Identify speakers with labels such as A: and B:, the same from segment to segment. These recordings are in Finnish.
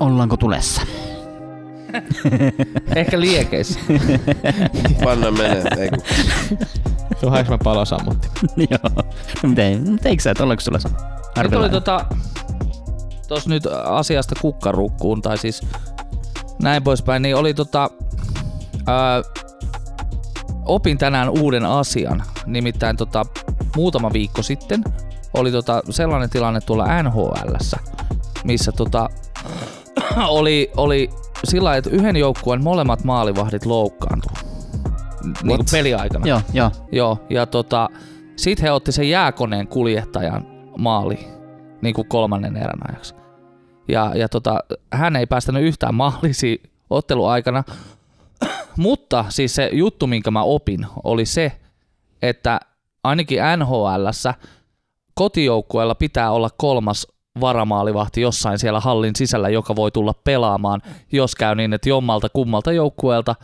A: Ollaanko tulessa?
B: Ehkä liekeissä.
C: Panna menee. Ei kun.
D: Tuo mä palosammutti.
A: Joo. No miten, mut eikö sä, et ollaanko tulessa?
B: Nyt oli
A: Arvelainen.
B: tota, tos nyt asiasta kukkarukkuun, tai siis näin poispäin, niin oli tota, ää, opin tänään uuden asian, nimittäin tota, muutama viikko sitten oli tota sellainen tilanne tuolla NHLssä, missä tota, oli, oli sillä lailla, että yhden joukkueen molemmat maalivahdit loukkaantui niin kuin peliaikana.
A: Joo, joo.
B: Joo, ja tota, sit he otti sen jääkoneen kuljettajan maali niin kuin kolmannen erän ajaksi. Ja, ja tota, hän ei päästänyt yhtään maalisi ottelu aikana. Mutta siis se juttu, minkä mä opin, oli se, että ainakin NHLssä kotijoukkueella pitää olla kolmas varamaalivahti jossain siellä hallin sisällä, joka voi tulla pelaamaan, jos käy niin, että jommalta kummalta joukkueelta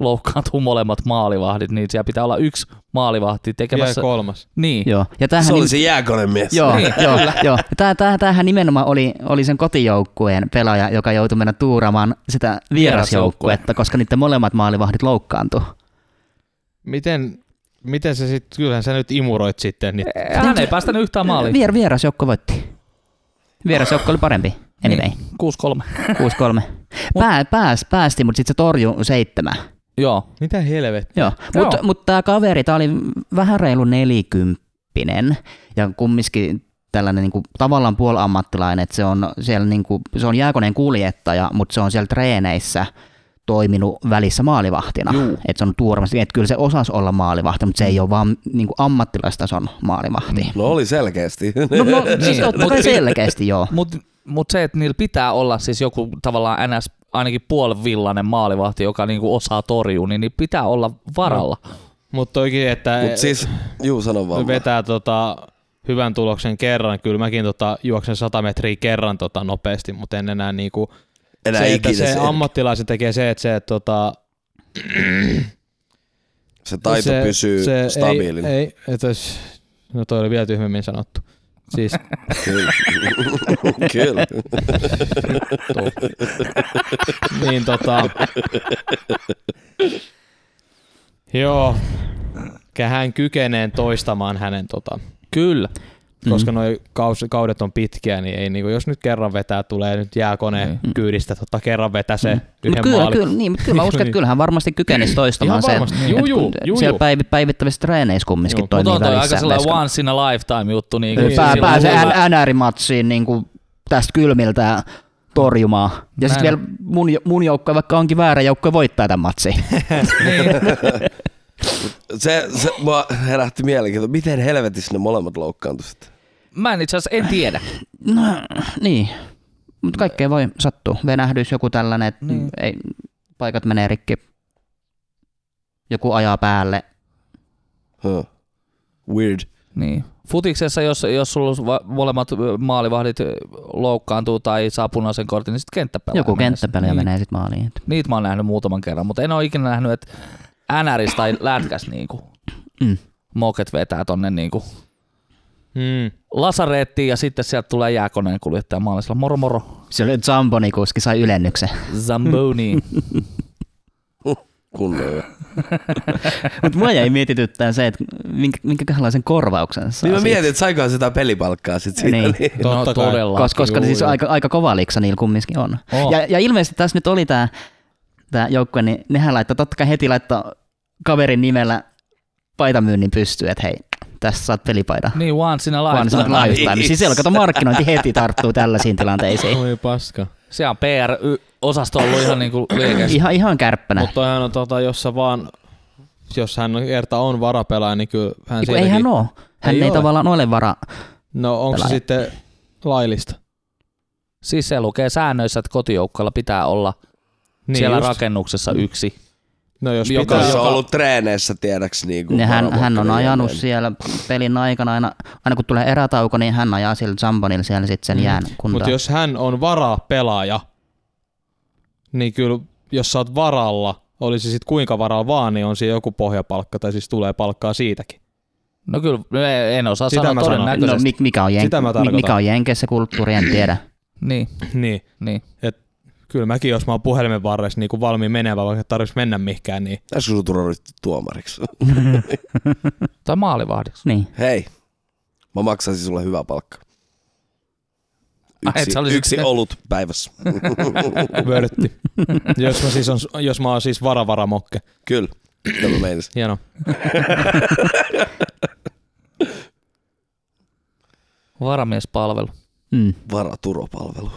B: loukkaantuu molemmat maalivahdit, niin siellä pitää olla yksi maalivahti
D: Vielä
B: tekemässä.
D: kolmas.
B: niin.
A: joo. Ja tämähän
C: Se oli siis-
A: nim-
C: se jääkonen mies.
A: Joo,
B: Niin,
A: joo, joo. Tää, tää, tämähän nimenomaan oli, oli sen kotijoukkueen pelaaja, joka joutui mennä tuuramaan sitä vierasjoukkuetta, koska niiden molemmat maalivahdit loukkaantui.
D: Miten, miten se sitten, kyllähän sä nyt imuroit sitten. Niin.
B: Hän ei päästänyt yhtään maaliin.
A: Vier, vierasjoukko voitti. Vierasjoukko oli parempi. Anyway,
B: Niin, 6-3.
A: 6-3. Pää, pääs, päästi, mutta sitten se torjuu seitsemän.
B: Joo.
D: Mitä helvettiä?
A: Joo,
B: Joo.
A: mutta mut tämä kaveri, tämä oli vähän reilu nelikymppinen ja kumminkin tällainen niin kuin, tavallaan puolammattilainen, että se on, siellä, niin kuin, se on jääkoneen kuljettaja, mutta se on siellä treeneissä toiminut välissä maalivahtina.
B: Juu.
A: Että se on tuormasti, että kyllä se osasi olla maalivahti, mutta se ei ole vaan niin kuin ammattilaistason maalivahti.
C: No oli selkeästi.
A: No, no siis
B: Niin,
A: totta
B: mut-
A: kai selkeästi joo.
B: Mutta mut se, että niillä pitää olla siis joku tavallaan NS ainakin puolivillainen maalivahti, joka niinku osaa torjua, niin niillä pitää olla varalla.
D: Mutta toikin, että
C: Mut siis, juu sano vaan.
D: vetää tota, hyvän tuloksen kerran. Kyllä mäkin tota, juoksen 100 metriä kerran tota, nopeasti, mutta en enää niinku,
C: Enää
D: se, että
C: ikinä
D: se
C: se,
D: ammattilaisen tekee se, että se, että tota,
C: se taito se, pysyy se, stabiilina.
D: Ei, ei että, jos- no toi oli vielä tyhmemmin sanottu. Siis
C: Kyllä. Kyllä.
D: tuu. niin tota... Joo. Hän kykenee toistamaan hänen tota,
B: Kyllä.
D: koska noi kaus, kaudet on pitkiä, niin ei niinku, jos nyt kerran vetää, tulee nyt jääkoneen mm. kyydistä, totta kerran vetää se mm.
A: Mutta
D: yhden
A: kyllä,
D: maalin.
A: kyllä, niin, mut kyllä mä uskon, että kyllähän varmasti kykenisi toistamaan
D: Ihan
A: sen.
D: varmasti. Juu,
A: et
D: juu,
A: kun
D: juu,
A: siellä
D: juu.
A: päiv- päivittävissä treeneissä kumminkin
D: Juu.
A: toimii
B: Mutta on toi aika
A: välissä
B: sellainen
A: lesken-
B: once in a lifetime juttu. Niinku,
A: Niin, pää,
B: sillä-
A: pääsee
B: sillä-
A: än- NR-matsiin niin kuin tästä kylmiltä tarjomaan. Ja sitten
B: Näin
A: vielä
B: on.
A: mun, jo- mun joukkue, vaikka onkin väärä joukkue, voittaa tämän matsin.
C: Se, se mua herätti mielenkiintoa. Miten helvetissä ne molemmat loukkaantui sitten?
B: Mä en itse asiassa en tiedä.
A: No, niin. Mutta kaikkea voi sattua. Venähdys, joku tällainen, että
B: Niin.
A: ei, paikat menee rikki. Joku ajaa päälle.
C: Huh. Weird.
B: Niin. Futiksessa, jos, jos sulla va- molemmat ö, maalivahdit ö, loukkaantuu tai saa punaisen kortin, niin sitten kenttäpelaaja.
A: joku
B: menee
A: kenttäpelaaja
B: sinne.
A: menee sitten maaliin. Et-
B: Niitä mä oon nähnyt muutaman kerran, mutta en ole ikinä nähnyt, että NRis tai lätkäs niinku
A: Mm.
B: moket vetää tonne niinku
D: Mm.
B: lasarettiin ja sitten sieltä tulee jääkoneen kuljettaja maalisella. Moro moro.
A: Se oli Zamboni kuski, sai ylennyksen.
B: Zamboni.
C: Kunnolla.
A: Mutta mua jäi mietityttää se, että minkä, minkälaisen korvauksen saa
C: Niin mä
A: siitä.
C: mietin, että saikohan sitä pelipalkkaa sit siitä.
A: Niin.
C: Niin.
D: Totta
B: no
D: kai.
B: todella.
A: Koska, koska
D: Juu,
A: siis
D: juu.
A: aika, aika kova liksa niillä kumminkin on.
B: Oh.
A: Ja, ja ilmeisesti tässä nyt oli tämä tää joukkue, niin nehän laittaa, totta kai heti laittaa kaverin nimellä paitamyynnin pystyyn, että hei, tässä saat pelipaidan.
B: Niin once in a
A: Vaan
B: lifetime.
A: saat lifetime. Siis siellä kato markkinointi heti tarttuu tällaisiin tilanteisiin.
D: Oi paska.
B: Se on PR-osasto ollut ihan niinku liikeessä.
A: Ihan, ihan kärppänä.
D: Mutta toihan on tota, jos sä vaan, jos hän kerta on varapelaaja, niin kyllä hän
A: Eiku, ei hän oo. Hän ei,
D: Ei
A: ei
D: ole.
A: tavallaan ole vara.
D: No onko se
A: pelaaja.
D: sitten laillista?
B: Siis se lukee säännöissä, että kotijoukkoilla pitää olla niin siellä just. rakennuksessa yksi.
D: No jos
B: Joka-
D: pitää,
C: Tässä on
B: joka-
C: ollut treeneissä, tiedäks niinku.
A: Ne Hän,
C: varmaan
A: hän on
C: kyllä
A: ajanut
C: jälleen.
A: siellä pelin aikana aina, aina kun tulee erätauko, niin hän ajaa sillä Zambonilla siellä sitten sen jään kuntoon.
D: Mutta Mm. jos hän on varapelaaja, niin kyllä jos sä oot varalla, olisi sit kuinka varalla vaan, niin on siinä joku pohjapalkka, tai siis tulee palkkaa siitäkin.
B: No kyllä, en osaa
D: Sitä
B: sanoa
D: mä sanon.
B: todennäköisesti.
A: No, mi- mikä, on jen-
D: Sitä mä
A: mi-
D: tarkoitan.
A: mikä on Jenkeissä kulttuuri, en tiedä.
B: Niin,
D: Niin,
B: niin.
D: kyllä mäkin, jos mä oon puhelimen varressa niin kuin valmiin menemään, vaikka tarvitsisi mennä mihinkään, niin
C: Tässä sun turha ryhtyä tuomariksi.
B: Tai maalivahdiksi.
A: Niin.
C: Hei, mä maksaisin sulle hyvää palkkaa.
B: Ai, et
C: Yksi,
B: sä
C: Ai,
B: olisit-
C: yksi olut päivässä.
D: vörtti. jos, mä siis on, jos mä oon siis varavaramokke.
C: Kyllä. Mitä mä meinasin.
D: Hieno.
B: Varamiespalvelu.
A: Mm.
C: Varaturopalvelu.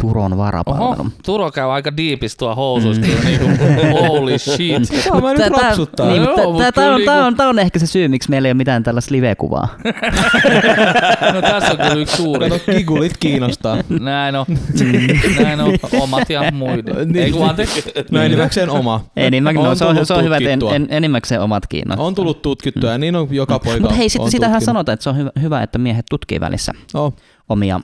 A: Turon varapalvelu.
B: Oho, Turo käy aika diipis tuo housuista. Mm. Niinku, holy shit.
D: Saa mä nyt rapsuttaa.
B: niin, Joo, mut
A: tämä,
B: kyllä
A: on, tää
B: niinku-
A: on, tää on ehkä se syy, miksi meillä ei ole mitään tällaista live-kuvaa.
B: No tässä on kyllä yksi suuri.
D: Kato, kigulit kiinnostaa. No
B: Näin on. Näin on. Omat ja muiden.
A: Niin.
B: Ei kun anteeksi.
D: No enimmäkseen oma.
A: Enimmä, no,
D: On
A: se on,
D: tullut
A: se on hyvä, että en,
D: tutkittua.
A: en, enimmäkseen omat kiinnostaa.
D: On tullut tutkittua ja niin on joka poika.
A: Mutta hei,
D: on
A: sit, sitähän
D: tutkinut.
A: sanotaan, että se on hyvä, hyvä että miehet tutkii välissä
D: Oh.
A: omia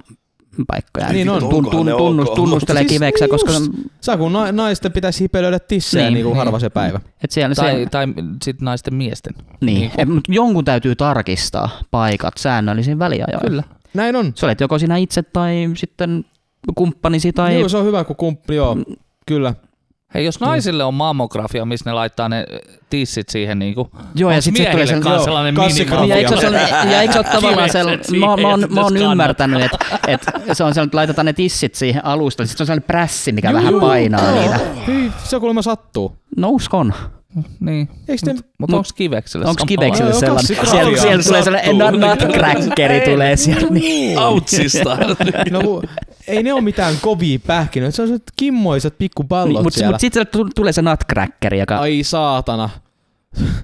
A: paikkoja.
D: Niin on.
A: Tun, tun,
C: Onkohan ne
A: tunnus,
C: ok?
A: tunnustelee
D: Siis
A: kiveksä,
D: just.
A: koska
D: Saa kun na- naisten pitäisi hipelöidä tissejä
A: Niin,
D: niin, niin kuin
A: niin.
D: harva se päivä.
A: et siellä
B: Tai,
A: No se,
B: tai sitten naisten miesten. Niinku.
A: niin.
D: niinku-
A: Niin. Mut jonkun täytyy tarkistaa paikat säännöllisin väliajoin.
B: Kyllä.
D: Näin on.
A: Sä olet joko sinä itse tai sitten kumppanisi tai...
D: Tai... Joo, se on hyvä, kun kumpli, joo.
A: Mm.
D: Kyllä.
B: Hei, jos
A: Niin.
B: naisille on mammografia, missä ne laittaa ne tissit siihen niinku.
A: Joo, ja
B: Onks
A: sit se tulee
B: miehille
A: sen...
B: kans
D: joo,
B: sellainen
D: kassikrafia.
A: Ja
B: minimi?
A: eikö se ole sellainen- ja eikö se ole tavallaan
B: Kivekset
A: sellainen,
B: siihen
A: mä, mä,
B: ja
A: oon-
B: sitten
A: mä oon
B: skannat.
A: ymmärtänyt, että et se on sellainen, että laitetaan ne tissit siihen alustalle, sitten se on sellainen prässi, mikä
D: Juu,
A: vähän
D: juu.
A: painaa niitä.
D: Hyi, se kuulemma sattuu.
A: No uskon.
B: Niin.
D: Eikö te...
B: Mutta
A: Mut-
B: onko kivekselle
A: Onko
B: samalla
A: kivekselle
D: Joo, joo,
A: sellainen?
D: kaksi
A: Siellä,
D: kaljaa.
A: siellä tulee sellainen
D: Sattuu.
A: nutcrackeri tulee sieltä. Niin.
C: Outsista.
D: No, kun ei ne ole mitään kovia pähkinöitä. Se on sellaiset kimmoiset pikkupallot
A: Mutta
D: siellä.
A: mut sitten tulee se nutcrackeri, joka...
D: Ai saatana.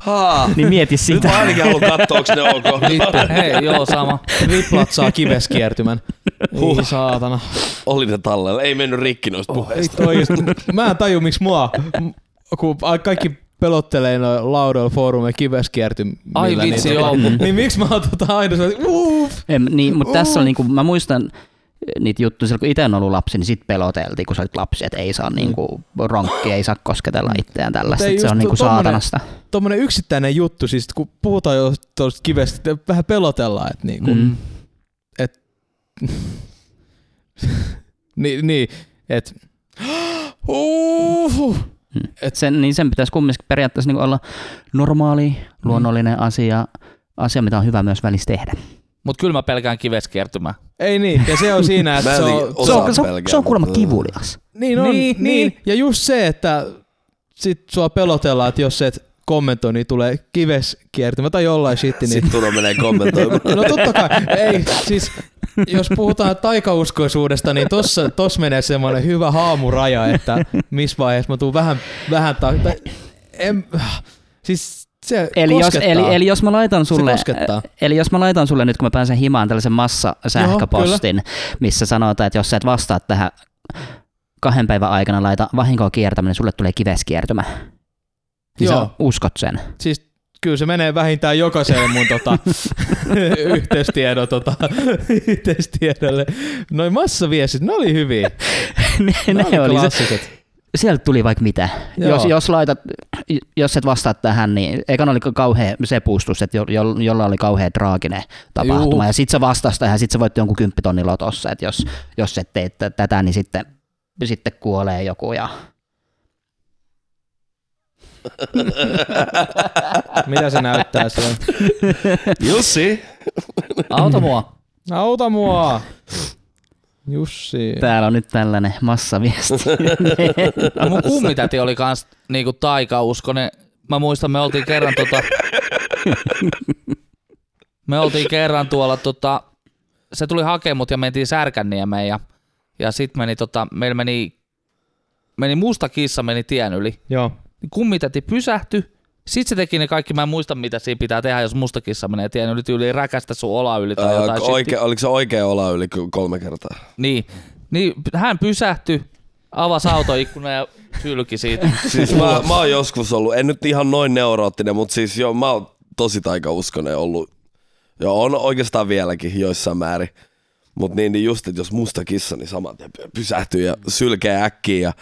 C: Haa. Niin.
A: Niin mieti
C: Nyt
A: sitä.
C: mä ainakin haluan katsoa, onko ne ok.
B: lailla? Niin. Hei, joo, sama.
D: Triplat saa kiveskiertymän. Huh. Ei saatana.
C: Oli ne tallella. Ei mennyt rikki noista
D: Oh,
C: puheista.
D: ei toi just. Mä en taju, miksi mua, m- kun a- kaikki pelottelee noin laudoilla foorumeilla kiveskiertymillä.
B: Ai vitsi,
D: niin,
B: joo.
D: Tota, niin miksi mä oon tota aina sellainen, uff.
A: Em, Niin, mutta tässä on niinku, mä muistan eh, niitä juttuja, silloin kun itse on ollut lapsi, niin sit peloteltiin, kun sä olit lapsi, että ei saa niinku, ronkki, ei saa kosketella itseään tällaista,
D: Mm. Mut ei
A: että se on
D: just
A: niinku
D: to- tommonen-
A: saatanasta.
D: Tuommoinen yksittäinen juttu, siis kun puhutaan jo tuosta kivestä, te vähän pelotellaan, että niinku, mm.
A: Mm.
D: niin, niin että uhuh.
A: Et sen, niin sen pitäisi kumminkin periaatteessa niinku olla normaali,
D: Mm.
A: luonnollinen asia, asia, mitä on hyvä myös välissä tehdä.
B: Mutta kyllä mä pelkään kiveskiertymää.
D: Ei niin, ja se on siinä,
C: Mä
D: että
C: en
D: se
C: jotenkin
D: on,
A: Se
C: osaa.
D: se on,
A: on, se on,
C: pelkää,
A: se on kuulemma
C: mutta-
A: kivulias.
D: niin on,
B: Niin,
D: niin,
B: niin.
D: niin. ja just se, että sit sua pelotellaan, että jos et kommentoi, niin tulee kiveskiertymä tai jollain shitti, niin
C: Sitten Turo menee kommentoimaan.
D: No totta kai, ei, siis jos puhutaan taikauskoisuudesta, niin tossa, tossa menee semmoinen hyvä haamuraja, että missä vaiheessa mä tuun vähän, vähän ta- tai, en, siis se
A: Eli jos,
D: koskettaa.
A: eli, eli jos mä laitan
D: Se
A: sulle,
D: koskettaa.
A: eli jos mä laitan sulle nyt, kun mä pääsen himaan tällaisen massasähköpostin, missä sanotaan, että jos sä et vastaa tähän kahden päivän aikana laita vahinkoa kiertäminen, sulle tulee kiveskiertymä. Niin Joo.
D: Joo.
A: sä uskot sen.
D: Siis kyllä se menee vähintään jokaiselle mun tota, yhteystiedon, tota, yhteystiedolle. Noin massaviestit, ne oli hyviä.
A: ne, ne oli se, sieltä tuli vaikka mitä.
D: Joo.
A: Jos, jos, laitat, jos et vastaa tähän, niin ekan oli kauhea sepustus, että jo, jo, jolla oli kauhea traaginen tapahtuma.
D: Juu.
A: Ja sit sä vastasit tähän, sit sä voit jonkun kymppitonnin lotossa, että jos, jos et tee tä- tätä, niin sitten, sitten kuolee joku. Ja...
D: Mitä se näyttää siellä?
C: Jussi.
B: Auta mua.
D: Auta mua! Jussi.
A: Täällä on nyt tällainen massaviesti.
B: Mun kummitäti oli kans niinku taikauskonen. Mä muistan, me oltiin kerran tota... Me oltiin kerran tuolla tota... Se tuli hakemaan mut ja mentiin Särkänniemeen ja, ja sit meni tota... Meillä meni, meni musta kissa meni tien yli.
D: Joo.
B: Niin kummitäti pysähtyi. Sitten se teki ne kaikki, mä en muista mitä siinä pitää tehdä, jos musta kissa menee tien yli tyyli räkästä sun ola yli tai jotain.
C: Äh,
B: shittiä.
C: oikea, oliko se oikea ola yli k- kolme kertaa?
B: Niin, niin hän pysähtyi, avasi autoikkunan ja sylki siitä.
C: Siis mä, mä oon joskus ollut, en nyt ihan noin neuroottinen, mutta siis joo, mä oon tosi taikauskonen ollut. Joo, on oikeastaan vieläkin joissain määrin. Mutta niin, niin just, että jos musta kissa, niin saman tien pysähtyy ja sylkee äkkiä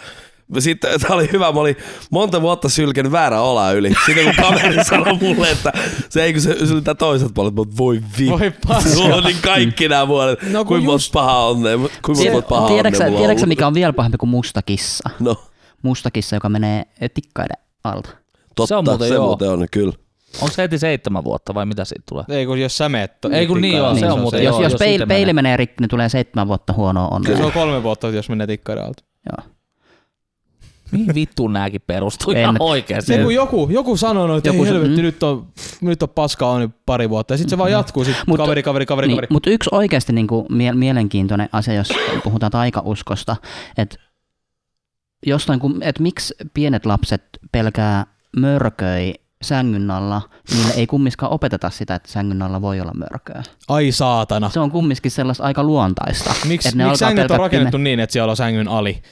C: ja Sitten tämä oli hyvä, mä olin monta vuotta sylkenyt väärä ola yli. Sitten kun kaveri sanoi mulle, että se ei kun se syltää toiset puolet, mutta voi vittu.
D: Voi paska.
C: Sulla on niin kaikki nämä vuodet.
D: No
C: No,
D: kun
C: kuinka monta
D: just-
C: pahaa onnea, kuinka monta pahaa
A: tiedätkö,
C: onnea mulla on
A: tiedätkö
C: ollut?
A: mikä on vielä pahempi kuin musta kissa?
C: No,
A: Musta kissa, joka menee tikkaiden alta.
C: totta, se, on muuten, se
B: joo.
C: muuten on kyllä.
B: Onko se heti seitsemän vuotta vai mitä siitä tulee?
D: Ei kun jos sä meet. to-
B: Ei kun niin joo,
D: tikkaiden
B: se
D: alta,
B: on muuten
D: se-
A: Jos,
B: joo,
A: jos,
B: jos
A: peili,
B: siitä
A: peili menee rikki, niin tulee seitsemän vuotta huonoa onnea.
D: Se on kolme vuotta, jos menee tikkaiden alta.
A: Niin.
B: Mihin vittuun nääkin perustuu
A: En-
B: ihan oikeesti?
D: Se kun joku, joku sanoo, että
A: Joku
D: joku ei
A: se-
D: helvetti,
A: mm.
D: nyt on, nyt on paskaa on nyt pari vuotta. Ja sitten se vaan jatkuu, sit
A: Mut-
D: kaveri, kaveri, kaveri,
A: Niin,
D: kaveri.
A: mutta yksi oikeasti niinku mie- mielenkiintoinen asia, jos puhutaan taikauskosta, että jostain, kun, et miksi pienet lapset pelkää mörköi sängyn alla, niille ei kumminkaan opeteta sitä, että sängyn alla voi olla mörköä.
D: Ai saatana.
A: Se on kumminkin sellaista aika luontaista.
D: Miksi
A: että ne
D: miks
A: alkaa
D: sängyt on
A: pelkää
D: rakennettu niin, että siellä on sängyn ali?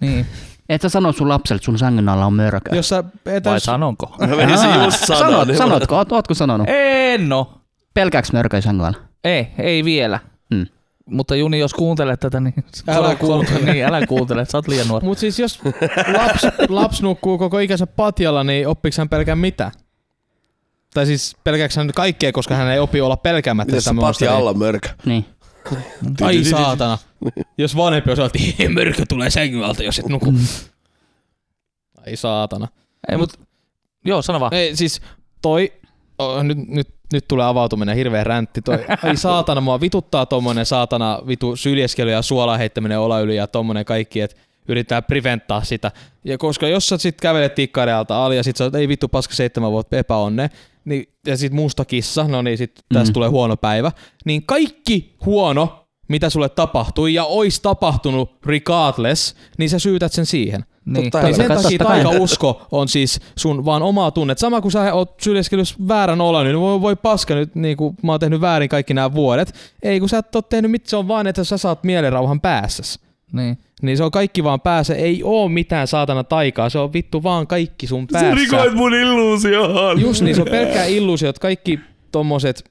B: Niin.
A: Et sä sano sun lapselle, että sun sängyn alla on mörkö.
D: Jos sä etäs...
B: Vai sanonko?
C: Mä menisin
A: Aa,
C: just sanoa.
A: sanot,
C: niin-
A: sanotko, oot, ootko sanonut?
B: en no.
A: Pelkääks mörköi sängyn alla?
B: Ei, ei vielä.
A: Mm.
B: Mutta Juni, jos kuuntelet tätä, niin
D: Älä kuuntele.
B: niin, älä kuuntele, sä oot liian nuori.
D: Mut siis jos laps, laps nukkuu koko ikänsä patjalla, niin oppiks hän pelkään mitä? Tai siis pelkääks hän kaikkea, koska hän ei opi olla pelkäämättä
C: Miten se
D: sitä
C: pati
D: monsteria.
C: alla mörkö?
A: Niin.
D: Ai siis, saatana. jos vanhempi osaa, että mörkö tulee sängyn alta, jos et nuku. Ai saatana.
B: Ei, mut, joo, sano vaan.
D: Ei, siis toi, oh, nyt, nyt, nyt tulee avautuminen, hirveä räntti toi. Ai saatana, mua vituttaa tommonen saatana vitu syljeskely ja suola heittäminen ola yli ja tommonen kaikki, että yritetään preventtaa sitä. Ja koska jos sä sit kävelet tikkarealta ali ja sit sä oot, ei vittu paska seitsemän vuotta epäonne, niin, ja sit musta kissa, no niin sit tässä
A: Mm.
D: tulee huono päivä, niin kaikki huono, mitä sulle tapahtui ja ois tapahtunut regardless, niin sä syytät sen siihen.
B: Niin.
C: totta
D: Niin sen
A: kai,
D: takia
A: totta kai.
D: taikausko on siis sun vaan omaa tunnet. Sama kuin sä oot syljeskelyssä väärän olan, niin voi, voi paska nyt, niin kuin mä oon tehnyt väärin kaikki nämä vuodet. Ei kun sä et oo tehnyt mitään, se on vaan, että sä saat mielenrauhan päässäs.
B: Niin.
D: Niin se on kaikki vaan päässä, ei oo mitään saatana taikaa, se on vittu vaan kaikki sun päässä.
C: mun illuusioon.
D: Just niin, se on pelkkää illuusiot, kaikki tommoset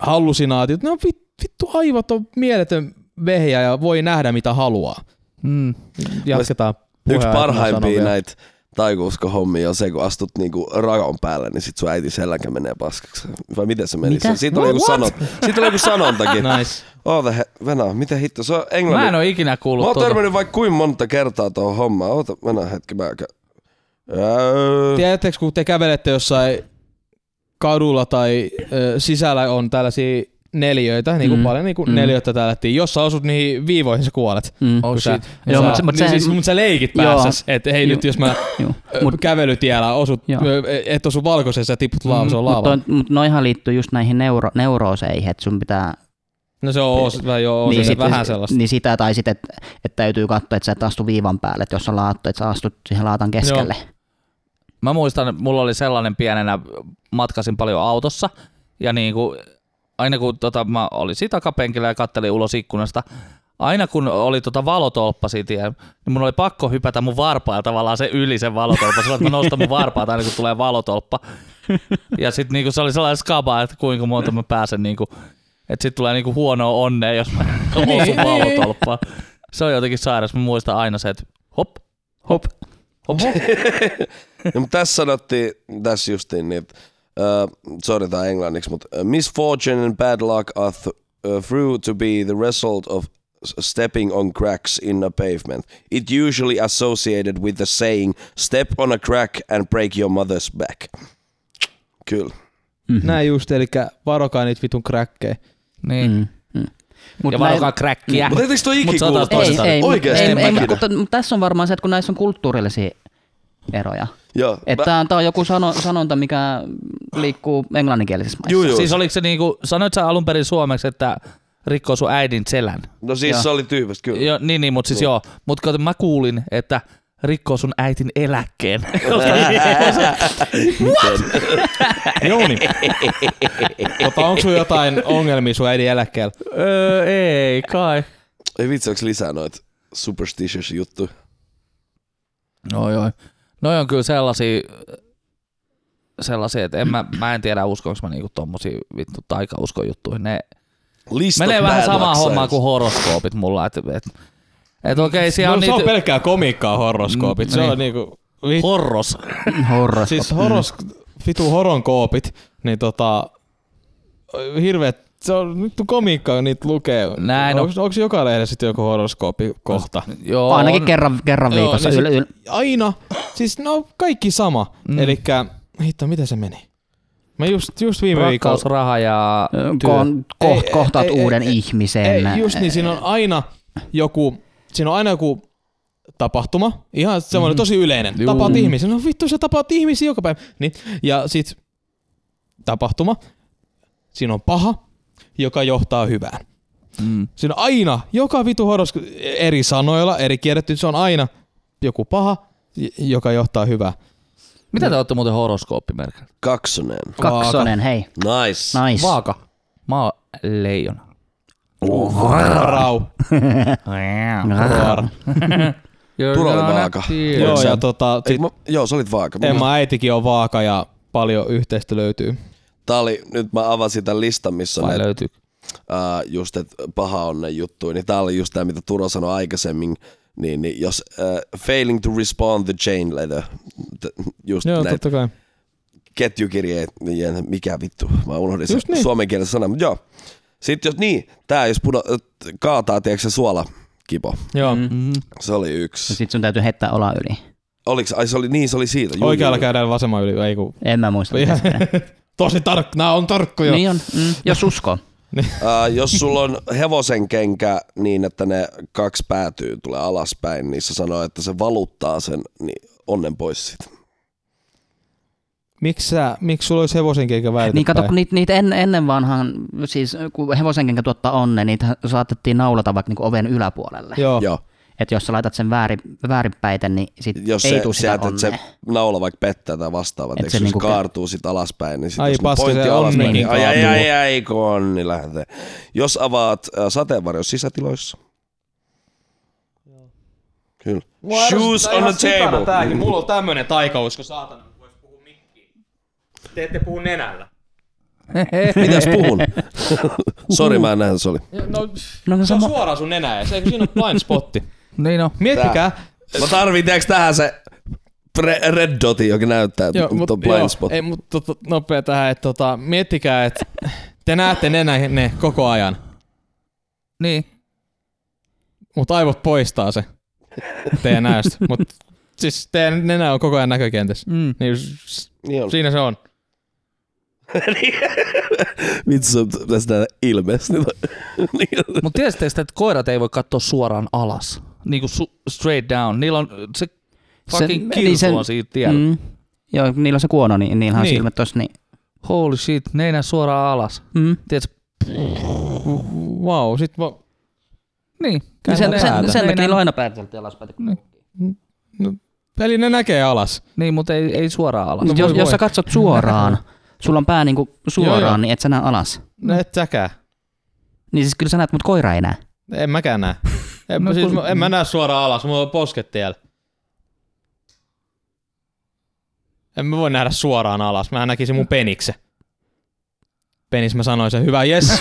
D: hallusinaatiot, ne on vit- vittu aivot on mieletön vehjä ja voi nähdä mitä haluaa.
B: Mm.
D: Jatketaan.
C: Yksi
D: puheenaikaa, sanon
C: parhaimpia
D: vielä.
C: näitä taikuuskohommia on se, kun astut niinku rakon päälle, niin sit sun äiti selkä menee paskaksi. Vai miten se meni?
A: Mitä?
C: Se- Siitä oli joku, sanot, siitä oli joku sanontakin.
D: Nice.
C: Oota, he, Venä, mitä hitto? Se on englannin.
B: Mä en ole ikinä
C: Mä
B: kuullut
C: oon
B: tuota.
C: törmännyt vaikka kuin monta kertaa tuohon hommaan. Oota, Venä, hetki, mä kä- Öö,
D: Tiedättekö, kun te kävelette jossain kadulla tai ö, sisällä on tällaisia neljöitä, niin kuin
A: Mm.
D: mm. paljon niin kuin
A: Mm.
D: mm. neljöitä täällä, että jos sä osut niihin viivoihin, sä kuolet.
A: Mm.
B: Oh
D: Kun sä-
B: shit.
D: kun
A: Joo,
D: sä-
A: mut se- mut
D: niin
A: se-
D: siis, mut sä leikit
A: Joo.
D: päässäs, että hei
A: Joo.
D: nyt jos mä
A: Juu.
D: ö,
A: Mut-
D: kävelytiellä osut,
A: Joo.
D: ö, et osu valkoisen, sä tiput laava, se on
A: Mutta
D: laava.
A: mut noihan liittyy just näihin neuro, neurooseihin, että sun pitää
D: No se on oos, vähän joo, on se
A: sit-
D: vähän sellaista.
A: Niin sitä, tai sitten, että et täytyy katsoa, että sä et astu viivan päälle, että jos on laattu, että sä astut siihen laatan keskelle.
B: Mä muistan, että mulla oli sellainen pienenä, matkasin paljon autossa ja niin kuin, aina kun tota, mä olin siitä takapenkillä ja kattelin ulos ikkunasta, aina kun oli tota valotolppa siinä, niin mun oli pakko hypätä mun varpailla tavallaan se yli sen valotolppa, sillä että mä nostan mun varpaat aina kun tulee valotolppa. Ja sitten niinku se oli sellainen skaba, että kuinka monta mä pääsen niinku, että sit tulee niinku huonoa onnea, jos mä osun valotolppaan. Se on jotenkin sairas, mä muistan aina se, että hop, hop, hop, hop.
C: no, mut tässä sanottiin, tässä justiin niitä, öö, sorry tää on englanniksi, mutta misfortune and bad luck are th- uh, through to be the result of s- stepping on cracks in a pavement. It usually associated with the saying, step on a crack and break your mother's back. Kyllä.
A: Mm.
D: Näin just, eli varokaa niitä vitun kräkkejä.
B: Niin.
A: Mm. Mm. Mut
B: ja
A: näin- Niin,
B: varokaa crackia.
C: Mutta eikö toi
B: Mut
C: iki
B: sä otat
C: kuulosta?
B: toisen
A: ei, ei, mut-
C: Oikeesti
A: ei,
C: en
A: ei,
C: mä
A: mutta mutta tässä on varmaan se, että kun näissä on kulttuurillisia eroja.
C: Joo. mä-
A: Että tämä on joku sano, sanonta, mikä liikkuu englanninkielisessä maissa.
C: Juu, juu.
B: Siis oliko se niinku, sanoit sä alun perin suomeksi, että rikkoo sun äidin selän?
C: No siis
A: Joo.
C: se oli tyhmästä, kyllä.
B: Jo, niin, niin, mutta siis joo. Mutta kato, mä kuulin, että rikkoo sun äitin eläkkeen.
C: Miten?
D: Jouni, tota, onko sulla jotain ongelmia sun äidin eläkkeellä?
B: öö, ei kai.
C: Ei vitsi, onks lisää noita superstitious juttu?
B: No joo. Noi on kyllä sellaisia, sellaisia että en mä, mä en tiedä uskonko mä niinku tommosia vittu taikauskojuttuihin. Ne
C: List
B: menee
C: of
B: vähän
C: bad
B: samaa
C: luck
B: hommaa
C: signs.
B: kuin horoskoopit mulla. Et, et, Et okei, siellä
D: no,
B: on
D: se on
B: niitä...
D: pelkkää komiikkaa horoskoopit.
B: Mm,
D: se
B: niin.
D: on niinku... Vi...
B: Horros.
A: Horror.
D: Siis horos... Vitu horonkoopit, niin tota... Hirveet... Se on nyt komiikkaa, niitä lukee.
B: Näin on.
D: Onko, onko joka lehdessä sitten joku horoskoopikohta?
B: Joo,
A: Ainakin
B: on.
A: kerran, kerran
D: Joo,
A: viikossa.
D: niin
A: Yl, yl,
D: Aina. Siis no kaikki sama.
B: Mm.
D: Mm. Elikkä, hitto, miten se meni? Mä just, just viime viikolla...
B: Rakkaus, raha ja
A: Äh,
B: työ.
A: kon, koht,
D: Ei,
A: kohtaat
D: ei, ei,
A: uuden
D: ei,
A: ihmisen.
D: Ei, just niin, siinä on aina joku, siinä on aina joku tapahtuma, ihan semmoinen mm. tosi yleinen.
B: Juu.
D: Juu. Tapaat ihmisiä, no vittu sä tapaat ihmisiä joka päivä. Niin. Ja sit tapahtuma, siinä on paha, joka johtaa hyvään.
B: Mm.
D: Siinä on aina, joka vitu horos eri sanoilla, eri kierretty, se on aina joku paha, j- joka johtaa hyvään.
B: Mitä te olette muuten horoskooppimerkillä?
C: Kaksonen.
A: Kaksonen, hei.
C: Nice.
A: Nice.
B: Vaaka. Mä oon leijona.
D: Rau. Rau.
B: You're
C: Tulo oli
B: gonna
C: vaaka.
B: feel-
D: Joo,
C: Sä-
D: ja tota,
C: Eik,
D: sit
C: mä, joo, sä olit vaaka. Mä-
D: Emma äitikin on vaaka ja paljon yhteistä löytyy.
C: Tää oli, nyt mä avasin tämän listan, missä on
B: Vai
C: näitä
B: löytyy.
C: ää, just, että paha on ne juttuja, niin tää oli just tää, mitä Turo sanoi aikaisemmin, niin, niin jos uh, failing to respond the chain letter, t- just
D: Joo,
C: näitä
D: totta kai.
C: ketjukirjeet, niin mikä vittu, mä unohdin
D: Just
C: sen
D: niin.
C: suomen kielessä sanan, mutta joo. Sitten jos niin, tää jos pudo, ö, kaataa, tiedätkö se suola, kipo.
D: Joo. Mm.
B: Mm.
C: Se oli yksi.
A: Sitten sun täytyy heittää ola yli.
C: Oliks, ai se oli, niin se oli siitä. Juu,
D: Oikealla
C: juu, juu.
D: kädellä vasemman yli, ei kun.
A: En mä muista.
D: Ihan-
A: miten se menee.
D: Tosi tarkka, nää on tarkkoja.
A: niin on. Mm, jos uskoo.
C: Ää, Äh, jos sulla on hevosen kenkä niin, että ne kaksi päätyy tulee alaspäin, niin se sanoo, että se valuttaa sen, niin onnen pois siitä.
D: Miksi sä, miksi sulla olisi hevosen keikä väärin?
A: Niin kato, kun niitä, niitä en, ennen vanhaan, siis kun hevosenkenkä tuottaa onnen, niitä saatettiin naulata vaikka niinku oven yläpuolelle.
D: Joo.
C: Joo.
A: Että jos sä laitat sen väärin, väärinpäiten, niin sit
C: Jos
A: ei
C: se,
A: tuu sitä
C: sieltä,
A: onnea.
C: että se naula vaikka pettää tai vastaava,
A: se
C: tiiäks, jos
A: niinku
C: niinku
A: kä-
C: kaartuu sit alaspäin, niin sit
D: Ai
C: jos ne
D: paska,
C: pointti
D: se
C: alaspäin, niin
D: onnekin
C: ai, ai,
D: kaatuu.
C: ai, ai, kun onni lähtee. Jos avaat äh, sateenvarjo sisätiloissa. Kyllä. Shoes on the table.
D: Tääkin. Mulla on tämmönen taikausko, saatana, kun vois puhua mikkiin. Te ette puhu nenällä.
C: Mitäs puhun? Sori, mä en nähnyt, se oli.
D: No,
A: no,
D: se on
A: sama,
D: suoraan sun nenäessä, eikö siinä ole blind spotti?
B: Niin on.
D: Miettikää.
C: Mä tarviin, tiiäks, tähän se pre- red doti, joka näyttää, että
D: mut-
C: on blind spot.
D: Ei, mutta tota, nopea tähän, että tota, miettikää, että te näette nenä ne koko ajan,
B: Niin.
D: mutta aivot poistaa se teidän näöstä. Mut, siis teidän nenä on koko ajan näkökentässä.
B: Mm.
D: Niin, s-
C: Niin on.
D: siinä se on.
C: Vitsi, se on tästä ilmeisesti. Niin.
B: Mutta tiesittekö te, että koirat ei voi katsoa suoraan alas? Niinku su- straight down. Niillä on se fucking
A: niin
B: se, kilsu
A: sen-
B: on siinä tiellä. Mm.
A: Mm, joo, niillä on se kuono, niin niillä on
D: Niin.
A: silmät tossa. Niin,
B: Holy shit, ne ei näe suoraan alas.
A: mm.
B: Tiedätkö?
D: Wow, sit mä...
B: Niin.
A: Sen, sen,
D: päätä.
A: sen, sen takia
B: Ei näe-
A: niillä on aina päät sieltä alaspäin.
B: Niin.
D: Eli ne näkee alas.
B: Niin, mutta ei, ei suoraan alas.
D: No
A: jos,
D: voi
A: jos
D: voi.
A: sä katsot suoraan, sulla on pää niinku suoraan,
D: Joo, joo.
A: niin et sä näe alas.
B: Mm.
D: No et säkään.
A: Niin siis kyllä sä näet, mutta koira ei näe.
D: En mäkään näe. En,
B: No
D: no, siis,
B: kun-
D: mä, en mä näe suoraan alas, mulla on posket tiellä. En mä voi nähdä suoraan alas, mä näkisin mun penikse. Penis mä sanoin sen, hyvä, jes.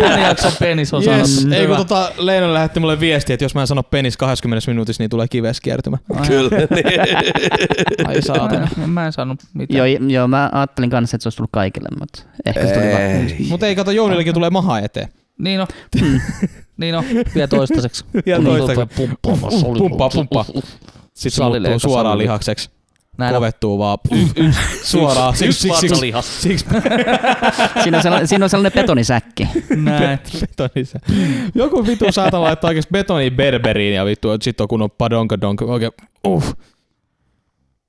B: Peni jakso penis on
D: yes.
B: sanottu.
D: Ei
B: Hyvä.
D: kun tota, Leino lähetti mulle viestiä, että jos mä en sano penis 20 minuutissa, niin tulee kives kiertymä.
C: Kyllä. niin.
D: Ai saatana.
B: Mä en- Mä en saanut
A: Joo,
B: mitään.
A: joo, mä ajattelin kanssa, että se olisi tullut kaikille, mutta ehkä se tuli vaan.
C: Ei.
D: Mutta ei kato, Jounillakin tulee maha eteen.
B: Niin on. Niin on. Vielä toistaiseksi. tuota-
D: Vielä
B: tota-
D: toistaiseksi.
B: Pumppaamassa oli.
D: Pumppaa, pumppaa. Sitten se
B: Salileikka,
D: muuttuu suoraan
B: salileikka.
D: lihakseksi.
B: Näin on.
D: Kovettuu vaan. Suoraan. Siksi-
B: Yksi
D: siksi- siksi-
B: vatsalihas.
D: Siksi
A: Siinä on, sellainen, siinä on sellainen betonisäkki.
B: Näin.
D: betonissa. Joku vittu saatana laittaa oikeesti betoni berberiin ja vittu, että sit on kunnon padonka donka. Oikein, uff.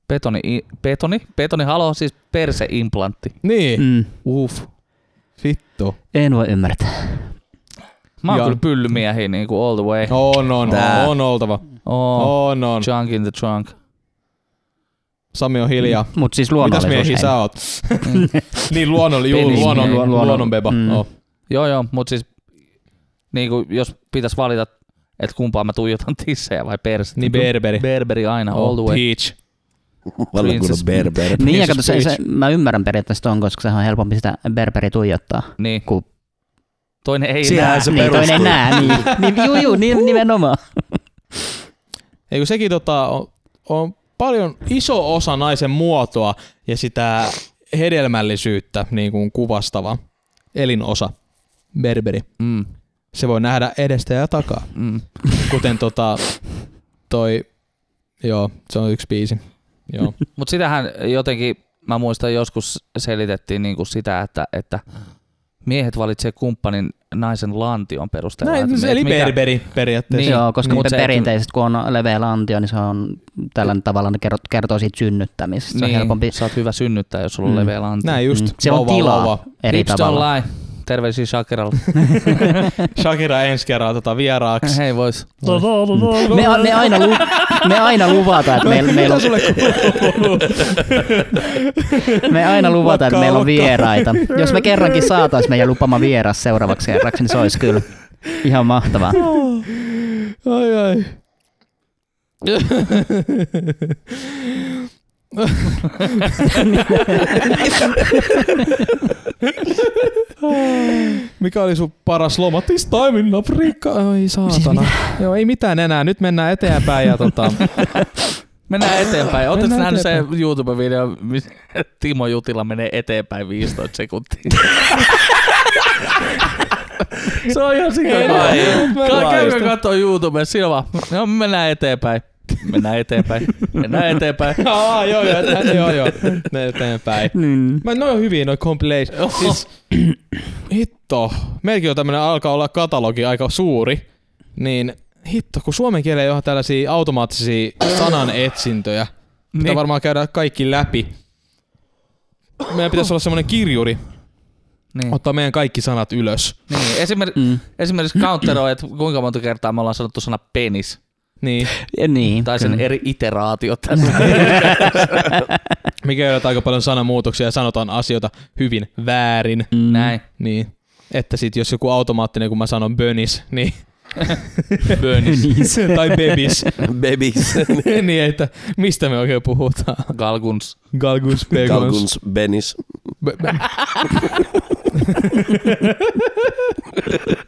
B: Betoni, i- betoni, betoni, halo, siis perseimplantti.
D: Niin.
A: Mm.
D: Uff. Vittu.
A: En voi ymmärtää.
B: Mä oon
D: Joo.
B: kyllä pyllymiehiä niinku all the way.
D: On, on,
C: Tää.
D: on oltava.
B: Oh,
D: On, on.
B: junk in the trunk.
D: Sami on
B: Mm.
D: hiljaa.
A: Mutta siis
D: Mitäs
A: luonnollisuus
D: miehiä
A: ei.
D: sä oot? niin luonnoll, juu,
B: Penis-
D: luonnon,
B: Luonnon-
D: luonnon, luonnon beba. Oh.
A: Mm.
D: Joo.
B: Joo joo, mut siis niinku jos pitäis valita, että kumpaa mä tuijotan tissejä vai persettä.
D: Niin berberi. Oh,
B: Berberi aina, all the way.
D: Peach.
C: Vallankunnan
B: Princess-
C: berber.
A: Niin, ja
D: Jesus
A: kato, se, se,
D: Christ.
A: mä ymmärrän periaatteessa ton, koska sehän on helpompi sitä berberi tuijottaa
B: Niin.
A: kuin
B: Toinen ei
C: Siihen-
B: näe.
C: Näin se
A: niin, toinen
C: perustuu.
A: nää, niin, niin juu, juu, niin, nimenomaan.
D: Eikö sekin tota, on, on paljon iso osa naisen muotoa ja sitä hedelmällisyyttä niin kuin kuvastava elinosa, berberi.
B: Mm,
D: Se voi nähdä edestä ja takaa,
B: mm.
D: kuten tota, toi, joo, se on yksi biisi. Joo.
B: Mutta sitähän jotenkin, mä muistan joskus selitettiin niinku sitä, että, että miehet valitsee kumppanin naisen lantion perusteella.
D: Näin,
B: Että
D: se
B: mi-
D: eli
B: mikä-
D: berberi periaatteessa.
B: Niin,
A: Niin, Joo, koska
B: mut
A: niin,
B: se-
A: perinteisesti kun on leveä lantio, niin se on tällä tavalla ne kertoo, kertoo siitä synnyttämisestä. Se on
B: Niin,
A: helpompi.
B: Sä oot hyvä synnyttää, jos sulla on
A: Mm.
B: leveä lantio.
D: Näin
A: Mm.
D: just.
A: Se on
D: Vauva,
A: tilaa
D: vauva.
A: eri
B: Hips
A: tavalla.
B: Don't lie. Terveisiä Shakiralle.
D: Shakira ensi kerralla tota vieraaksi.
B: Hei vois.
A: Me, a- me, aina, lu, me aina luvataan, että meillä, meillä on... me aina luvataan, että
D: Lakkaa
A: meillä on
D: lakkaa.
A: vieraita. Jos me kerrankin saatais meidän lupama vieras seuraavaksi kerraksi, niin se olisi kyllä ihan mahtavaa.
D: Ai ai. Mikä oli sun paras loma? This time in Africa. Ai saatana. Joo, ei mitään enää. Nyt mennään eteenpäin ja tota...
B: Mennään eteenpäin. Oletko
D: Mennään
B: nähnyt se YouTube-video, missä Timo Jutila menee eteenpäin 15 sekuntia? se on ihan sikakova.
C: Ei, ei,
B: Ka-
C: ei.
B: Käykö katsoa YouTubessa? Siinä vaan, no me mennään eteenpäin. Mennään eteenpäin. Mennään eteenpäin.
D: Aa, joo, joo, et- joo, joo. Ne eteenpäin.
A: Mm.
D: Mä noin on hyviä noi compilation. Siis, hitto. Meilläkin on tämmönen alkaa olla katalogi aika suuri. Niin hitto, kun suomen kielellä ei ole tällaisia automaattisia sananetsintöjä. Pitää
B: Niin.
D: varmaan käydä kaikki läpi. Meidän pitäisi olla semmoinen kirjuri,
B: Niin,
D: ottaa meidän kaikki sanat ylös.
B: niin. Esimer-
A: Mm.
B: esimerkiksi counteroi, että kuinka monta kertaa me ollaan sanottu sana penis.
D: Niin,
A: Ja Niin,
B: Tai sen
A: kyllä.
B: eri iteraatiot tässä.
D: mikä on aika paljon sanamuutoksia ja sanotaan asioita hyvin väärin.
A: Mm.
B: Näin.
D: Niin. Että sit jos joku automaattinen, kun mä sanon bönis, niin...
B: Bönis.
D: tai bebis,
C: Babies.
D: niin että mistä me oikein puhutaan?
B: Galguns.
D: Galgus Pegons.
C: Kalkuns, Benis.
D: Be- be-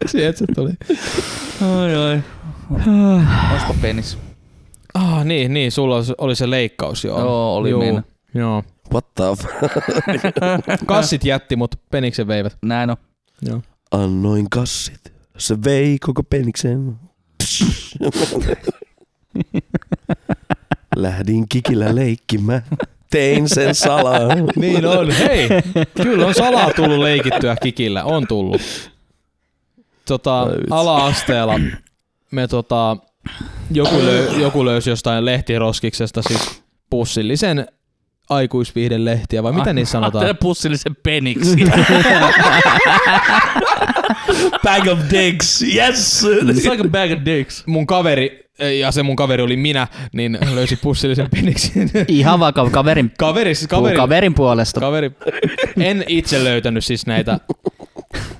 D: Sieltä se tuli.
B: Ai ai. Olisiko penis?
D: Ah, niin, niin, sulla os- oli se leikkaus, joo.
B: Joo, oli
D: Juu,
B: meina.
D: Joo.
C: What the f-
D: Kassit jätti, mut peniksen veivät.
B: Näin on.
D: Joo.
C: Annoin kassit. Se vei koko peniksen. Psh. Lähdin kikillä leikkimään. Tein sen salaa.
D: Niin on, hei! Kyllä on salaa tullut leikittyä kikillä, on tullut. Tota,
C: Ai vitsi.
D: ala-asteella me tota, joku, löy, joku löysi jostain lehtiroskiksesta siis pussillisen aikuisviihden lehtiä, vai
C: Ah,
D: mitä niissä sanotaan?
B: Ajattele pussillisen peniksi.
C: Bag of dicks. Yes.
D: Siis
B: It's like a bag of dicks.
D: mun kaveri, ja se mun kaveri oli minä, niin löysi pussillisen peniksen.
B: e-
A: Ihan vaikka kaverin,
D: Kaveri, siis
A: kaveri.
D: kaveri,
A: kaverin puolesta.
D: kaveri. En itse löytänyt siis näitä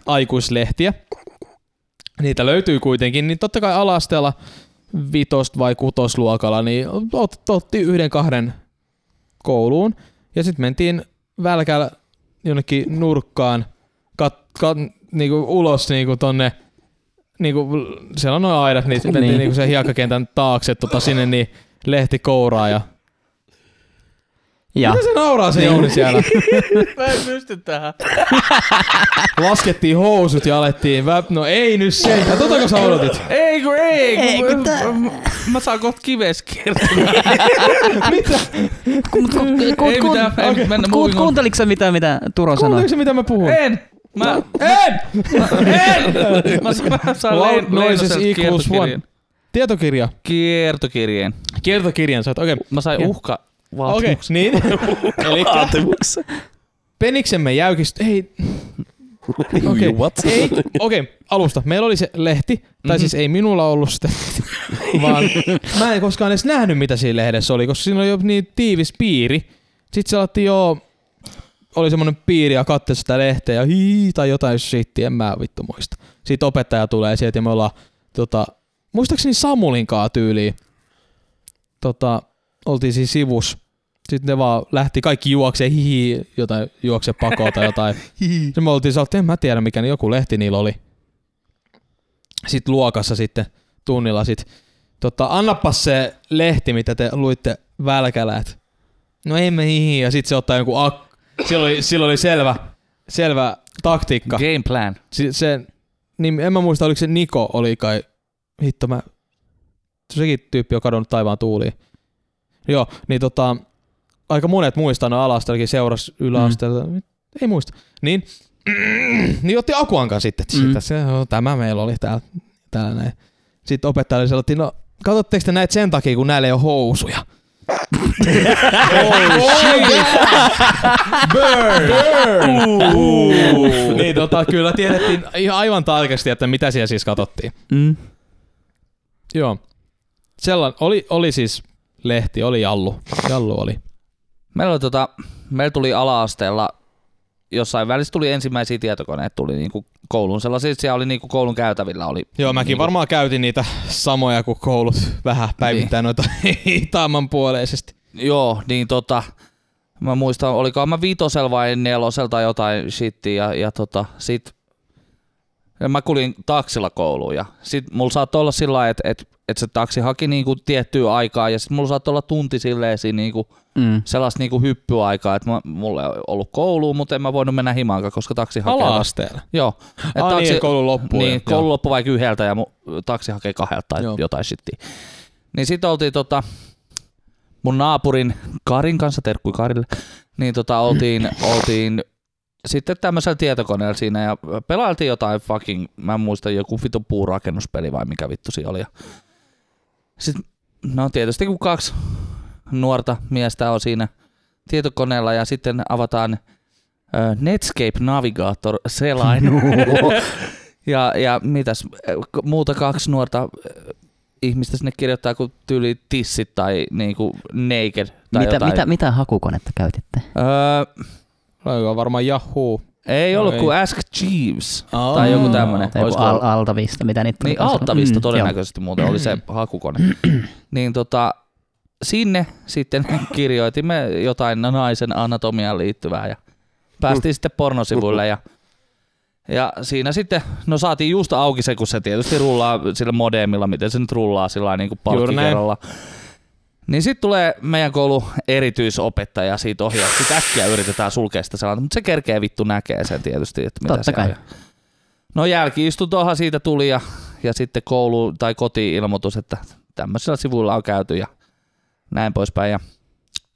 D: aikuislehtiä. Niitä löytyy kuitenkin, niin totta kai alasteella vitost vai kutosluokalla, niin ot- otti yhden kahden kouluun. Ja sitten mentiin välkällä jonnekin nurkkaan kat, kat, niinku ulos niinku tonne niinku, siellä on noin aidat, niin sitten mentiin
A: Niin.
D: niinku sen hiekkakentän taakse tota, sinne niin lehti kouraa ja Niin.
A: Ja.
D: mitä se nauraa se Jouni siellä?
B: Mä en pysty tähän.
D: Laskettiin housut ja alettiin vä... No ei nyt sentään. Totako sä odotit?
B: Ei kun ei.
A: Ei,
B: Kun,
A: kun tää-
B: mä, mä saan kohta kiveskirjan.
D: Mitä?
A: Ku, ku, ku,
B: Ei mitään, ei okay. mennä
A: ku,
B: muuhun.
A: kuunteliko sä mitä, mitä Turo sanoi?
D: Kuuliko se mitä mä puhun?
B: En. Mä, en! en! Mä, mä saan
D: Loud
B: Lein-
D: noises
B: Leinoselta
D: equals one.
B: kiertokirjeen.
D: Tietokirja.
B: Kiertokirjeen.
D: Kiertokirjan saat. Okei.
B: Mä sain
D: Joo.
B: uhka.
D: Okei,
B: Okei.
D: niin. Eli
C: Vaatimuksen.
D: peniksemme jäykistyi. Ei, okei.
C: Okay. What?
D: Ei, okei, alusta. Meillä oli se lehti, tai
B: Mhm.
D: siis ei minulla ollut sitä, vaan mä en koskaan edes nähnyt, mitä siinä lehdessä oli, koska siinä oli jo niin tiivis piiri. Sitten se alettiin jo, oli semmoinen piiri ja katsoi sitä lehteä ja hii, tai jotain shittiä, en mä vittu muista. Sitten opettaja tulee sieltä ja me ollaan, tota, muistaakseni Samulinkaa tyyliin, tota, oltiin siinä sivus. Sitten ne vaan lähti kaikki juokseen, hihi, jotain juokse pakoon tai jotain. Sitten me oltiin, että en mä tiedä mikä, niin joku lehti niillä oli. sit luokassa sitten tunnilla sit. Tota, annapas se lehti, mitä te luitte välkäläät. No ei me hihi. Ja sit se ottaa jonkun ak... Sillä oli, sillä oli selvä, selvä taktiikka.
B: Game plan.
D: Si- sen, niin en mä muista, oliko se Niko oli kai, hitto mä, sekin tyyppi on kadonnut taivaan tuuliin. Joo, niin tota, aika monet muistaa no alasteellakin seuras yläasteella, mm. ei muista. Niin, niin otti Akuankan sitten,
A: Mm.
D: mm. se, no, tämä meillä oli täällä, täällä näin. Sitten opettajalle sanottiin, no katsotteko te näitä sen takia, kun näillä ei ole housuja? oh, shit. Burn! Burn! niin tota, kyllä tiedettiin ihan aivan tarkasti, että mitä siellä siis katsottiin.
A: Mm.
D: Joo. Sellan, oli, oli siis lehti, oli Jallu. Jallu oli.
B: Meillä, oli tota, meillä tuli ala-asteella, jossain välissä tuli ensimmäisiä tietokoneet, tuli niinku koulun sellaisia, siellä oli niinku koulun käytävillä oli.
D: Joo, mäkin
B: niinku,
D: varmaan käytin niitä samoja kuin koulut vähän päivittää noita hitaamman puoleisesti.
B: Joo, niin tota, mä muistan, olikohan mä viitosel vai nelosel tai jotain shittiä ja, ja tota, sit ja mä kulin taksilla kouluun ja sit mulla saattoi olla sillä lailla, että et, et se taksi haki niinku tiettyä aikaa ja sit mulla saattoi olla tunti silleen siinä niinku
A: Mm.
B: sellaista niinku hyppyaikaa, että mä- mulla ei ollut kouluun, mutta en mä voinut mennä himaankaan, koska taksi hakee.
D: Ala-asteella.
B: Joo. Et
D: Ah, niin, koulun loppuun.
B: Niin,
D: Joo.
B: koulu loppui vaikka yhdeltä ja mun taksi hakee kahdelta tai
D: Joo.
B: jotain shittiä. Niin sit oltiin tota, mun naapurin Karin kanssa, terkkui Karille, niin tota oltiin, oltiin sitten tämmöisellä tietokoneella siinä ja pelailtiin jotain fucking, mä en muista joku vitu puurakennuspeli vai mikä vittu siinä oli. Ja Sitten, no tietysti kun kaksi nuorta miestä on siinä tietokoneella ja sitten avataan ö, Netscape Navigator selain. ja, ja mitäs ö, k- muuta kaksi nuorta ö, ihmistä sinne kirjoittaa kuin tyyli tissit tai niinku naked tai
A: Mitä,
B: jotain.
A: mitä, mitä hakukonetta käytitte?
B: Öö,
D: Oliko varmaan Yahoo?
B: ei
D: No
B: ollut
D: ei.
B: kuin Ask Jeeves
D: Oh.
B: tai joku tämmönen.
A: Tai joku
B: Olisiko
A: al-
B: ollut?
A: altavista, mitä niitä
B: Niin
A: taisi olla.
B: alttavista
A: Mm,
B: todennäköisesti muuten oli se hakukone. niin tota, sinne sitten kirjoitimme jotain naisen anatomiaan liittyvää ja päästiin sitten pornosivuille ja ja siinä sitten, no saatiin just auki se, kun se tietysti rullaa sillä modemilla, miten se nyt rullaa sillä niin kuin
D: Juuri näin.
B: palkkikerralla. Niin sitten tulee meidän koulu erityisopettaja siitä ohjaa, sitä äkkiä yritetään sulkea sitä sellaista, mutta se kerkee vittu näkee sen tietysti, että mitä
A: Totta
B: se
A: kai.
B: on. ja- No jälkiistuntohan siitä tuli ja, ja sitten koulu tai koti-ilmoitus, että tämmöisillä sivuilla on käyty ja näin poispäin. Ja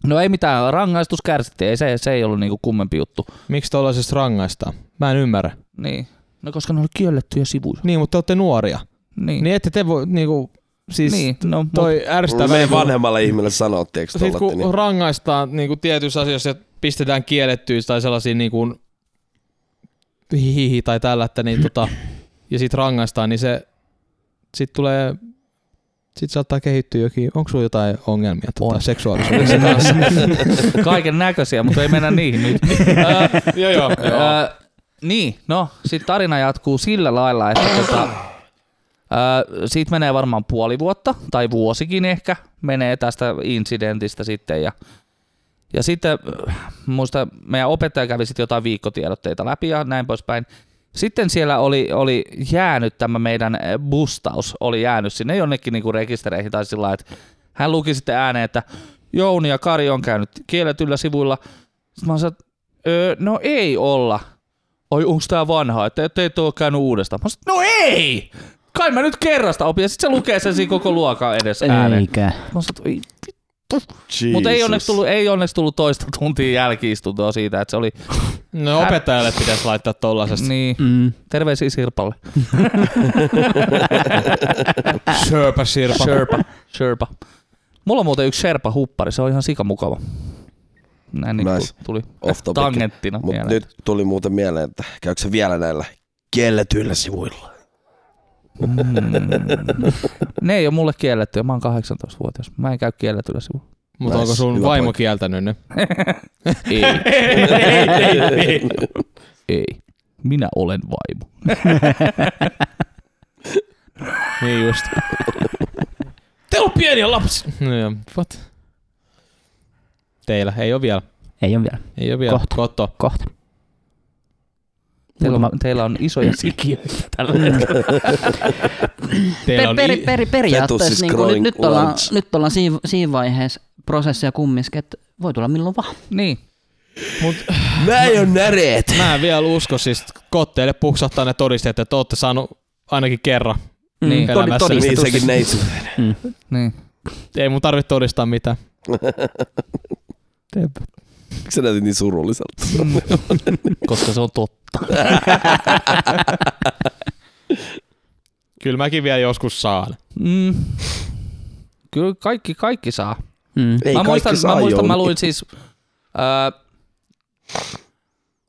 B: no ei mitään, rangaistus kärsittiin, ei se, se ei ollut niinku kummempi juttu.
D: Miksi tollaisesta rangaistaan? Mä en ymmärrä.
B: Niin. No koska ne oli kiellettyjä sivuja.
D: Niin, mutta te olette nuoria.
B: Niin.
D: Niin ette te voi, niinku, siis
B: niin. No, toi...
D: toi ärsyttävää.
C: Meidän
D: kun-
C: vanhemmalle ihmille sanottiin, eikö
D: Sitten
C: tollatte,
D: Siis kun
C: niin
D: rangaistaan niin kuin tietyissä asioissa, että pistetään kiellettyä tai sellaisia niin kuin hihihi tai tällä, että niin tota, ja sitten rangaistaan, niin se sit tulee sit saattaa kehittyä jokin, onko sulla jotain ongelmia tota,
B: On.
D: seksuaalisuudessa kanssa?
B: Kaiken näköisiä, mutta ei mennä niihin nyt.
D: Ää, joo, joo.
B: Öö, niin, no, sit tarina jatkuu sillä lailla, että tota, öö, siitä menee varmaan puoli vuotta, tai vuosikin ehkä, menee tästä insidentistä sitten. Ja, ja sitten, öö, muista, meidän opettaja kävi sitten jotain viikkotiedotteita läpi ja näin poispäin. Sitten siellä oli, oli jäänyt tämä meidän ö, bustaus, oli jäänyt sinne jonnekin niinku rekistereihin tai sillä lailla, että hän luki sitten ääneen, että Jouni ja Kari on käynyt kielletyllä sivuilla. Sitten mä oon sanonut, öö, no ei olla. Oi, onks tää vanha, että et, et oo käynyt uudestaan? Mä sanoin, no ei! Kai mä nyt kerrasta opin. Ja sit se lukee sen siinä koko luokan edessä äänen.
A: Eikä.
B: Mä sanoin, mutta ei onneksi tullut, ei onneksi tullut toista tuntia jälkiistuntoa siitä, että se oli,
D: No opettajalle pitäisi laittaa tollasesta.
B: niin,
A: Mm.
B: terveisiä Sirpalle.
D: Sherpa, sirpa.
B: Sherpa. Sherpa. Mulla on muuten yksi Sherpa huppari, se on ihan sikamukava. Näin niin
C: Nice.
B: tuli
C: Off topic.
B: tangenttina
C: Mut
B: mieleen.
C: nyt tuli muuten mieleen, että käykö se vielä näillä kielletyillä sivuilla?
B: Mm. Ne ei ole mulle kielletty, mä oon 18-vuotias. Mä en käy kielletyllä sivulla.
D: Mutta onko sun
C: Hyvä
D: vaimo
C: pointti.
D: kieltänyt ne?
B: Ei, ei. Minä olen vaimo.
D: Niin just. Te on pieniä lapsia. No joo, what? Teillä, ei ole vielä.
A: Ei ole vielä.
D: Ei ole vielä.
A: Kohta.
D: Kohta.
A: Kohta.
B: Teillä Teillä, on, teillä on isoja sikiöitä tällä hetkellä.
A: Per, per, per,
C: Fetus is
A: periaatteessa niin
C: growing
A: kuin, nyt, nyt, ollaan,
C: large.
A: nyt ollaan siinä, siinä vaiheessa prosessia kumminkin, että voi tulla milloin vaan.
B: niin.
D: Mut
C: Näin on näreet.
D: mä en vielä usko, siis kotteille puksahtaa ne todisteet, että olette saanut ainakin kerran.
A: Mm.
B: Niin.
A: Todi-
D: Elämässä.
A: todistus.
C: Niin sekin neitsyt.
B: Niin.
D: Ei mun tarvitse todistaa mitään.
C: Miksi sä näytit niin surulliselta?
B: Koska se on totta.
D: Kyllä mäkin vielä joskus saan.
B: Mm. Kyllä kaikki, kaikki saa.
A: Mm.
B: mä
C: Ei kaikki
B: muistan,
C: saa
B: mä, muistan
C: Jouni.
B: mä luin siis... Öö,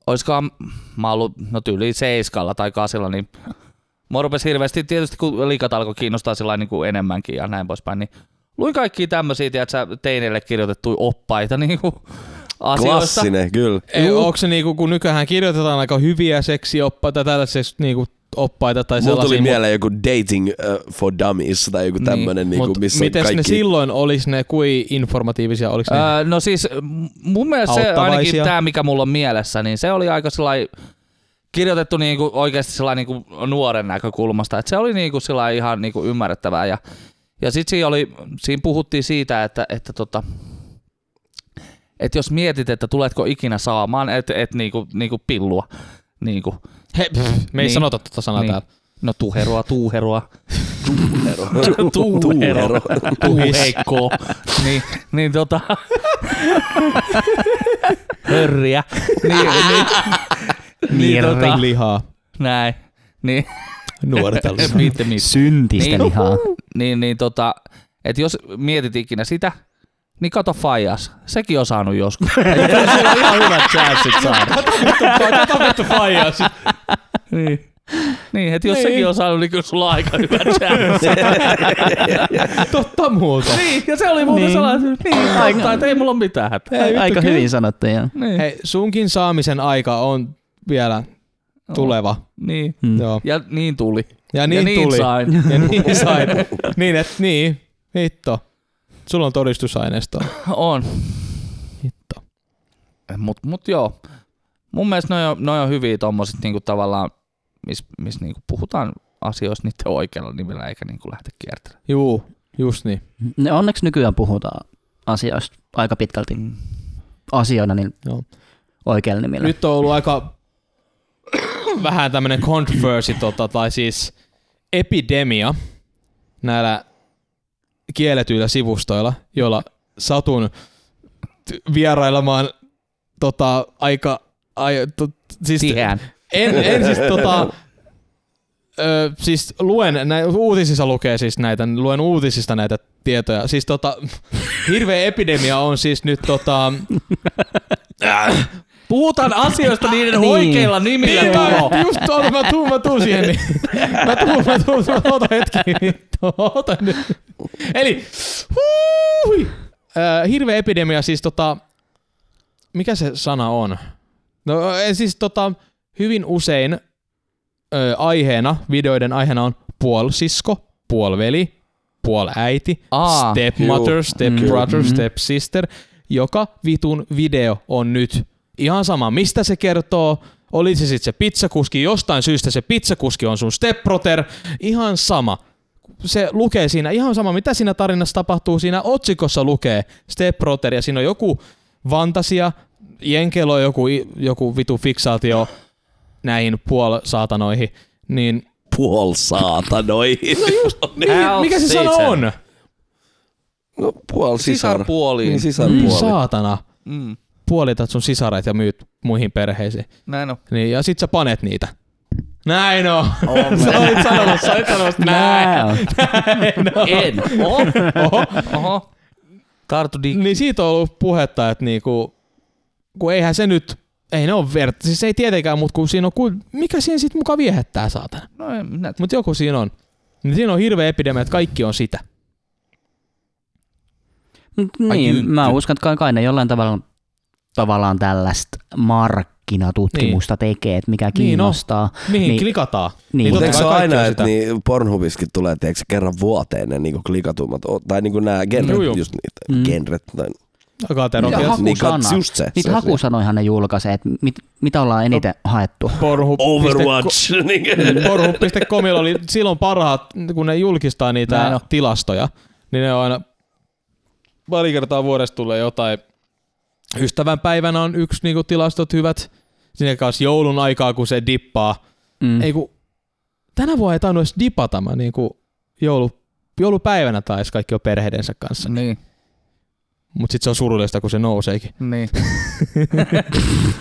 B: olisikohan, mä ollut no tyyliin seiskalla tai kasilla, niin mua rupesi hirveästi, tietysti kun liikat alkoi kiinnostaa sillä niin kuin enemmänkin ja näin poispäin, niin luin kaikkia tämmöisiä, tiedätkö, teineille kirjoitettuja oppaita niin kuin, asioista.
C: Klassinen, kyllä.
D: Ei, onko se niinku, kun nykyään kirjoitetaan aika hyviä seksioppaita, tällaisia niinku oppaita tai
C: Mulla
D: sellaisia.
C: tuli
D: mut-
C: mieleen joku dating uh, for dummies tai joku tämmönen, niin,
D: mut
C: niinku, missä on
D: mites ne
C: kaikki...
D: silloin olis ne, kui informatiivisia olis ne?
B: Öö, no siis m- mun mielestä se, ainakin
D: Auttavaisia.
B: tämä, mikä mulla on mielessä, niin se oli aika sellainen kirjoitettu niinku oikeasti sellainen niinku nuoren näkökulmasta. Et se oli niinku sellainen ihan niinku ymmärrettävää. Ja, ja sitten siinä, oli, siinä puhuttiin siitä, että, että tota, et jos mietit, että tuletko ikinä saamaan, et, et niinku, niinku pillua. Niinku,
D: He, pff, me ei
B: niin.
D: sanota tota sanaa
B: Niin.
D: täällä.
B: no tuheroa, tuuheroa.
C: Tuhero.
B: Tuheikko. niin, niin tota... Hörriä. Niin, niin, niin tota,
D: lihaa.
B: näin. Niin,
D: Nuorta lihaa.
B: mitte mitään.
A: Syntistä
B: Niin.
A: lihaa.
B: Niin, niin tota, et jos mietit ikinä sitä, niin kato Fajas. Sekin on saanut joskus.
D: Sillä on ihan hyvät chanssit saada. Kato tota- vittu faijaa. siis.
B: niin. Niin, että jos
D: Niin.
B: sekin on saanut, niin kyllä sulla on aika hyvä chance.
D: Totta muuta.
B: niin, ja se oli muuten niin. sellainen, että niin, auttaa, että ei mulla ole mitään hätää.
D: Ei vittu,
A: Aika
D: kyllä.
A: hyvin sanottu, joo.
B: Niin.
D: Hei, sunkin saamisen aika on vielä tuleva.
B: niin.
A: Mm.
D: Joo.
B: Ja niin tuli.
D: Ja
B: ja
D: niin
B: niin
D: tuli.
B: sain.
D: Ja niin sait. Niin, et niin. Hitto. Sulla on todistusaineistoa.
B: On. Eh,
D: Hitto.
B: Mut, mut joo. Mun mielestä noi on, noi on hyviä tommoset niinku tavallaan, missä mis niinku puhutaan asioista niiden oikealla nimellä eikä niinku lähteä kiertelemään.
D: Juu, just niin.
A: Ne onneksi nykyään puhutaan asioista aika pitkälti asioina niin
D: Joo.
A: oikealla nimellä.
D: Nyt on ollut aika vähän tämmönen controversy, tota, tai siis epidemia näillä kielletyillä sivustoilla, joilla satun t- vierailemaan tota, aika... Ai, to, siis,
B: Tiheään.
D: en, en siis tota... Ö, siis luen, nä, uutisissa lukee siis näitä, luen uutisista näitä tietoja. Siis tota, hirveä epidemia on siis nyt tota,
B: Puhutaan asioista niiden
A: Niin.
B: oikeilla nimillä.
D: Niin,
B: Timo.
D: mä, just tuolta, mä tuun, mä tuun siihen. Niin. Mä tuun, mä tuun, mä tuun, ota hetki. vittu, Ota nyt. Eli, huuhi. Äh, hirveä epidemia, siis tota, mikä se sana on? No eh, siis tota, hyvin usein ö, aiheena, videoiden aiheena on puolsisko, puolveli, puoläiti,
B: Aa,
D: stepmother,
C: juu,
D: stepbrother,
A: kyllä.
D: stepsister. Joka vitun video on nyt ihan sama, mistä se kertoo. Oli se sitten se pizzakuski, jostain syystä se pizzakuski on sun stepbrother, ihan sama. Se lukee siinä, ihan sama mitä siinä tarinassa tapahtuu, siinä otsikossa lukee stepbrother ja siinä on joku fantasia, jenkeillä on joku, joku vitu fiksaatio näihin puolsaatanoihin, niin
C: Puol saatanoi.
B: No Help
D: mikä se sana
B: Satan.
D: on?
C: No puol sisar.
B: Sisarpuoliin.
C: Niin,
D: Niin
C: sisarpuoli.
D: saatana.
B: Mm,
D: Puolitat sun sisaret ja myyt muihin perheisiin.
B: näin on.
D: Niin, ja sit sä panet niitä. Näin on. sä olit sanomassa, sä olit sanomassa näin.
A: Nää on.
B: En. Oho.
D: Oho.
B: Oho. Tartu di-
D: Niin siitä on ollut puhetta, että niinku, kun eihän se nyt, ei ne ole verta, siis ei tietenkään, mutta kun siinä on, kuin- mikä siinä sit muka viehättää saatana.
B: No en minä tiedä.
D: Mutta joku siinä on. Niin siinä on hirveä epidemia, että kaikki on sitä.
A: Mut
B: jytty.
A: Niin, mä uskon, että kai- kai ne jollain tavalla tavallaan tällaista markkinatutkimusta niin. tekee, että mikä
D: Niin, no.
A: kiinnostaa.
D: Mihin niin.
A: Niin.
D: klikataan.
A: Niin.
D: Niin
C: Mutta eikö
D: totta kai
C: se ole
D: kaikki
C: aina,
D: on
C: että
D: sitä.
C: niin Pornhubissakin tulee tiedätkö, kerran vuoteen ne niinku klikatummat, o- tai niinku nämä genret,
D: Juu, juu.
C: just niitä
A: Mm.
C: genret. Tai,
D: Katerokia.
A: Ja
C: Niin,
A: hakusana.
C: kats- just se.
A: Niitä
C: se-
A: hakusanoihan ne julkaisee, että mit, mitä ollaan eniten haettu.
D: Pornhub.
C: Overwatch. niinku-
D: Pornhub.comilla oli silloin parhaat, kun ne julkistaa niitä
A: Näin on.
D: tilastoja, niin ne on aina pari kertaa vuodessa tulee jotain. Ystävän päivänä on yksi niinku tilastot hyvät. Sinne kanssa joulun aikaa, kun se dippaa.
A: Mm.
D: Mm. Ei kun, tänä vuonna ei tainnut edes dipata mä niinku joulu, joulupäivänä taisi kaikki on perheidensä kanssa.
B: Niin,
D: Mutta sitten se on surullista, kun se nouseekin.
B: niin.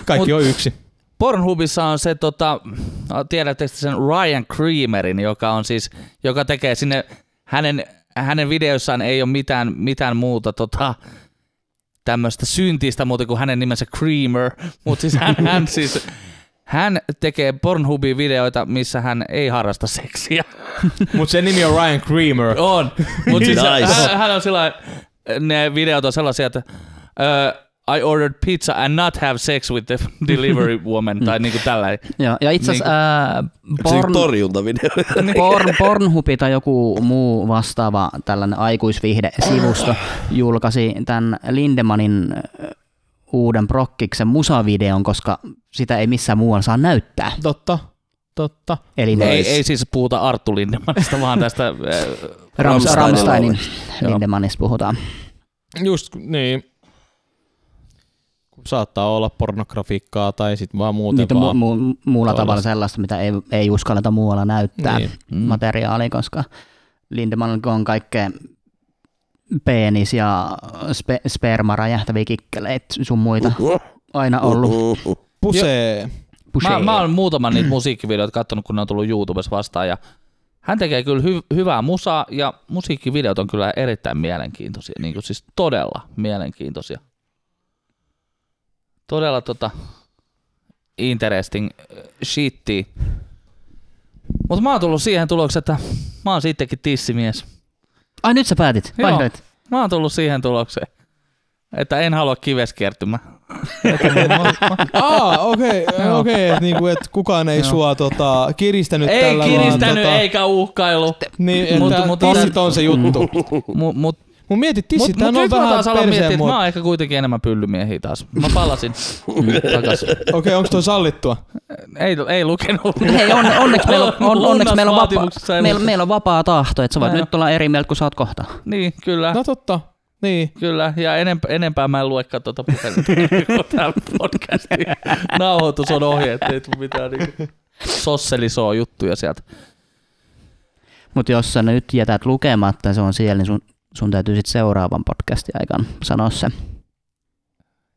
D: Kaikki on yksi.
B: Pornhubissa on se, tota, tiedättekö sen Ryan Creamerin, joka on siis, joka tekee sinne, hänen, hänen videossaan ei ole mitään, mitään muuta tota, tämmöistä syntistä muuten kuin hänen nimensä Creamer, mutta siis hän, hän siis, hän tekee Pornhubin videoita, missä hän ei harrasta seksiä.
D: Mutta sen nimi on Ryan Creamer.
B: On, mutta siis
C: Nice.
B: hän, hän on sillä ne videot on sellaisia, että uh, I ordered pizza and not have sex with the delivery woman, tai niinku tällainen.
A: Ja, ja itse asiassa ää,
C: Se on niinku
A: porn,
C: torjuntavideo.
B: Niin.
A: porn, Pornhubi tai joku muu vastaava tällainen aikuisviihdesivusto julkaisi tämän Lindemanin äh, uuden Brokkiksen musavideon, koska sitä ei missään muualla saa näyttää.
D: Totta, totta.
A: Eli ne
B: Ei, ei siis puhuta Arttu Lindemannista, vaan tästä äh,
A: Rams,
C: Rammsteinin
A: Ramsteinin
B: Joo.
A: Lindemanista puhutaan.
D: Just niin. Kun Saattaa olla pornografiikkaa tai sitten vaan muuten
A: Niitä mu-
D: vaan.
A: mu- muulla
D: Tuolla.
A: tavalla sellaista, mitä ei, ei uskalleta muualla näyttää
D: Niin.
A: niin.
B: Mm.
A: materiaalia, koska Lindemanilla on kaikkea penis ja spe- sperma räjähtäviä kikkeleitä sun muita aina ollut.
D: Pusee.
B: Mä,
A: Pusheja.
B: mä oon muutaman niitä musiikkivideoita kattonut, kun ne on tullut YouTubessa vastaan. Ja hän tekee kyllä hy- hyvää musaa ja musiikkivideot on kyllä erittäin mielenkiintoisia. Niin kuin siis todella mielenkiintoisia. Todella tota interesting äh, shitti. Mutta mä oon tullut siihen tulokseen, että mä oon sittenkin tissimies.
A: Ai nyt sä päätit,
B: Joo.
A: vaihdoit.
B: Mä oon tullut siihen tulokseen, että en halua kiveskiertymään. Että mä- mä-
D: Aa, okei, okay,
B: Joo.
D: okei, että niinku, et kukaan ei
B: Joo.
D: sua tota, kiristänyt
B: ei
D: tällä tota-
B: kiristänyt
D: vaan,
B: eikä uhkailu.
D: Niin,
B: Mut-
D: että
B: mut-
D: tissit on se juttu.
A: Mm.
B: Mut, mut
D: Mun mieti,
B: Mut,
D: tissit
B: mut
D: on
B: nyt mä
D: vähän
B: taas aloin miettiä,
D: perseen
B: että
D: mua.
B: mä
D: Okei,
B: oon ehkä kuitenkin enemmän pyllymiehiä taas. Mä palasin
D: Niin,
B: takas.
D: onko toi sallittua?
B: Ei, ei lukenut.
A: Hei, on, onneksi, meillä on, on, onneksi meillä, on
B: Lunnasvaatimuksissa
A: vapaa,
B: ei
A: meillä,
B: lukenut.
A: meillä on vapaa tahto, että sä voit
B: Näin on.
A: nyt olla eri mieltä kuin sä oot kohta.
B: Niin, kyllä.
D: No totta. Niin.
B: Kyllä, ja enempää, enempää mä en luekaan tuota puhelinta, kun tää podcastin nauhoitus on ohje, ettei ei tule mitään niinku sosselisoo juttuja sieltä.
A: Mutta jos sä nyt jätät lukematta ja se on siellä, niin sun, sun täytyy sitten seuraavan podcastin aikana sanoa se.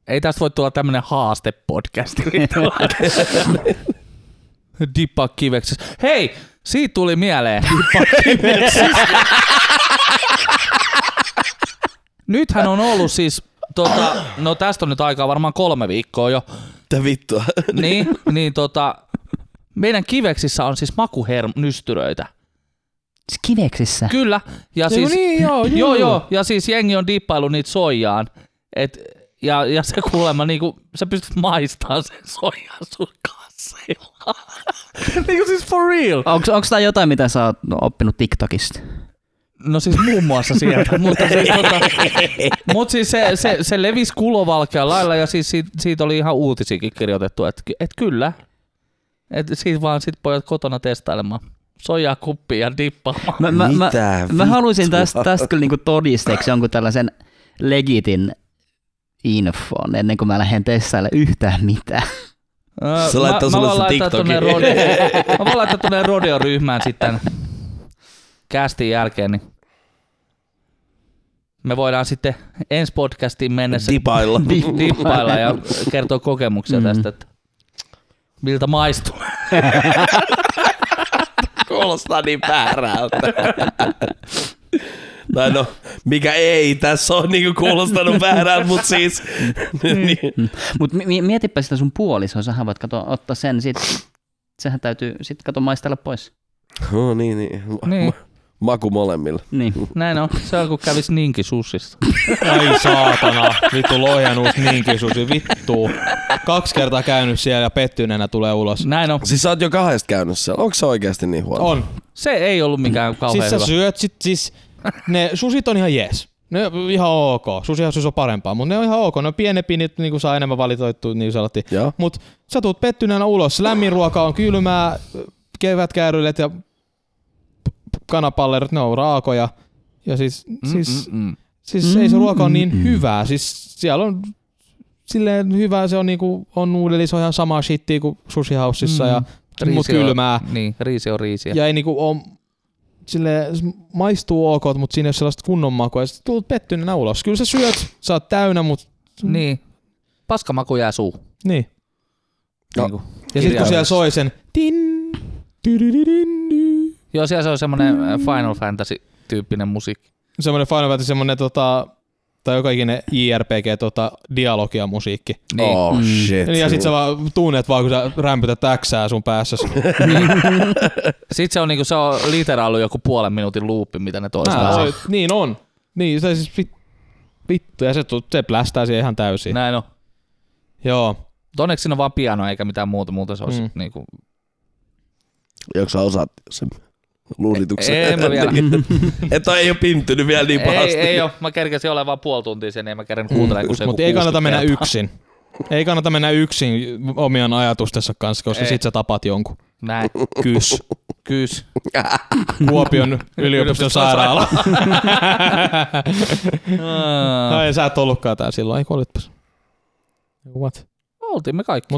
B: Ei tästä voi tulla tämmönen haastepodcasti. Dippa kiveksessä. Hei, siitä tuli mieleen. Nythän on ollut siis, tota, no tästä on nyt aikaa varmaan kolme viikkoa jo,
C: Mitä vittua?
B: niin, niin tota, meidän kiveksissä on siis makuhermnystyröitä.
A: Siis Kiveksissä.
B: Kyllä, ja
D: Eiku
B: siis,
D: niin, joo, juu.
B: joo, joo, ja siis jengi on dippailu niitä soijaan, et, ja, ja se kuulemma, niinku, sä pystyt maistamaan sen soijan sun kasseilla. niinku siis for real.
A: Onko onks tää jotain, mitä sä oot no, oppinut TikTokista?
B: No siis muun muassa sieltä, mutta siis, tota, mut siis se, se, se levisi kulovalkean lailla ja siis siitä, siitä oli ihan uutisikin kirjoitettu, että et kyllä. Et siitä vaan sit pojat kotona testailemaan. Soijaa kuppiin ja dippaamaan.
A: Mä, mä, mä,
C: Mitä
A: mä haluaisin
C: vittua?
A: tästä, tästä kyllä niinku todisteeksi jonkun tällaisen legitin infon ennen kuin mä lähden testailla yhtään mitään.
B: Öö,
C: Se No, laittaa
B: mä,
C: sulle
B: mä voin
C: sen
B: laittaa
C: TikTokin.
B: tonne rodeo- mä voin laittaa tuonne rodeoryhmään sitten kästin jälkeen, niin me voidaan sitten ensi podcastiin mennessä
C: Dipailla.
B: di- dippailla ja kertoa kokemuksia
A: Mm.
B: tästä, että miltä maistuu.
C: Kuulostaa niin väärältä. Tai no, mikä ei tässä on niinku kuulostanut väärältä, mutta siis... niin.
A: Mutta mietipä sitä sun puolisoa, sähän voit kato, ottaa sen, sit, sehän täytyy sit kato maistella pois.
C: Oh, niin, niin. Ma-
B: Niin.
C: ma- Maku molemmilla.
A: Niin.
B: Näin on, se on kun kävis niinkin sussissa.
D: Ai saatana, vittu lohjanuus niinkin susi, vittu. Kaksi kertaa käynyt siellä ja pettyneenä tulee ulos.
B: Näin on.
C: Siis sä oot jo kahdesta käynyt siellä. Onko se oikeasti niin huono?
D: On.
B: Se ei ollut mikään kauhean
D: Siis
B: hyvä.
D: sä syöt sit, siis ne susit on ihan jees. Ne on ihan ok. Susihasus on parempaa, mutta ne on ihan ok. Ne on pienempi, niin niinku saa enemmän valitoittua, niin kuin
C: Joo.
D: Mut sä tuut pettyneenä ulos. Lämmin ruoka on kylmää, kevätkäärylet ja p- p- kanapallerot, ne on raakoja. Ja siis, siis,
B: Mm-mm.
D: siis ei se ruoka ole niin
A: Mm-mm.
D: hyvää. Siis siellä on silleen hyvää, se on niinku, on nuudeli, se on ihan samaa shittiä kuin Sushi Houseissa ja siis mut
B: Mm. on-
D: kylmää.
B: Niin, riisi on riisiä.
D: Ja ei niinku on sille maistuu ok, mutta siinä ei ole sellaista kunnon makua. Ja sit tulet pettyneenä ulos. Kyllä sä syöt, sä oot täynnä, mutta
B: Niin. Paskamaku jää suuhun.
D: niin.
C: No,
B: Niinku.
D: Ja sitten kun siellä
B: Kirjaimellisesti.
D: soi sen tin, tydydydydydy,
B: Joo, siellä se on semmonen äh, Final Fantasy-tyyppinen musiikki.
D: semmoinen Final Fantasy, semmoinen tota, tai joka ikinen JRPG tota, dialogia musiikki.
B: Niin.
C: Oh
A: Mm.
C: shit.
D: Niin, ja sit sä vaan tunnet vaan, kun sä rämpytät äksää sun päässä.
B: Sitten se on, niinku, se on literaali joku puolen minuutin luuppi, mitä ne toistaa.
D: Oi, niin on. Niin, se siis vit- vittu, ja se, tu- se plästää siihen ihan täysin.
B: Näin on.
D: Joo.
B: Mutta Onneksi siinä on vaan piano eikä mitään muuta, muuten se olisi
D: Mm.
B: mm. niinku...
C: Joko sä osaat sen luulituksen?
B: Ei, en mä vielä.
C: Et toi ei oo pinttynyt vielä niin
B: ei,
C: pahasti.
B: ei oo, mä kerkesin olemaan puoli tuntia sen, niin ei mä kerran kuuntelemaan, kun se joku
D: Mutta ei kannata
B: 60
D: mennä
B: kertaa.
D: yksin. Ei kannata mennä yksin omien ajatustensa kanssa, koska
B: Ei.
D: sit sä tapat jonkun.
B: Näin.
D: Kys.
B: Kyys.
D: Kuopion yliopiston sairaala.
B: Mm.
D: Ai, sä et ollutkaan tää silloin. Ei, kun olitpas. What?
B: Oltiin me kaikki.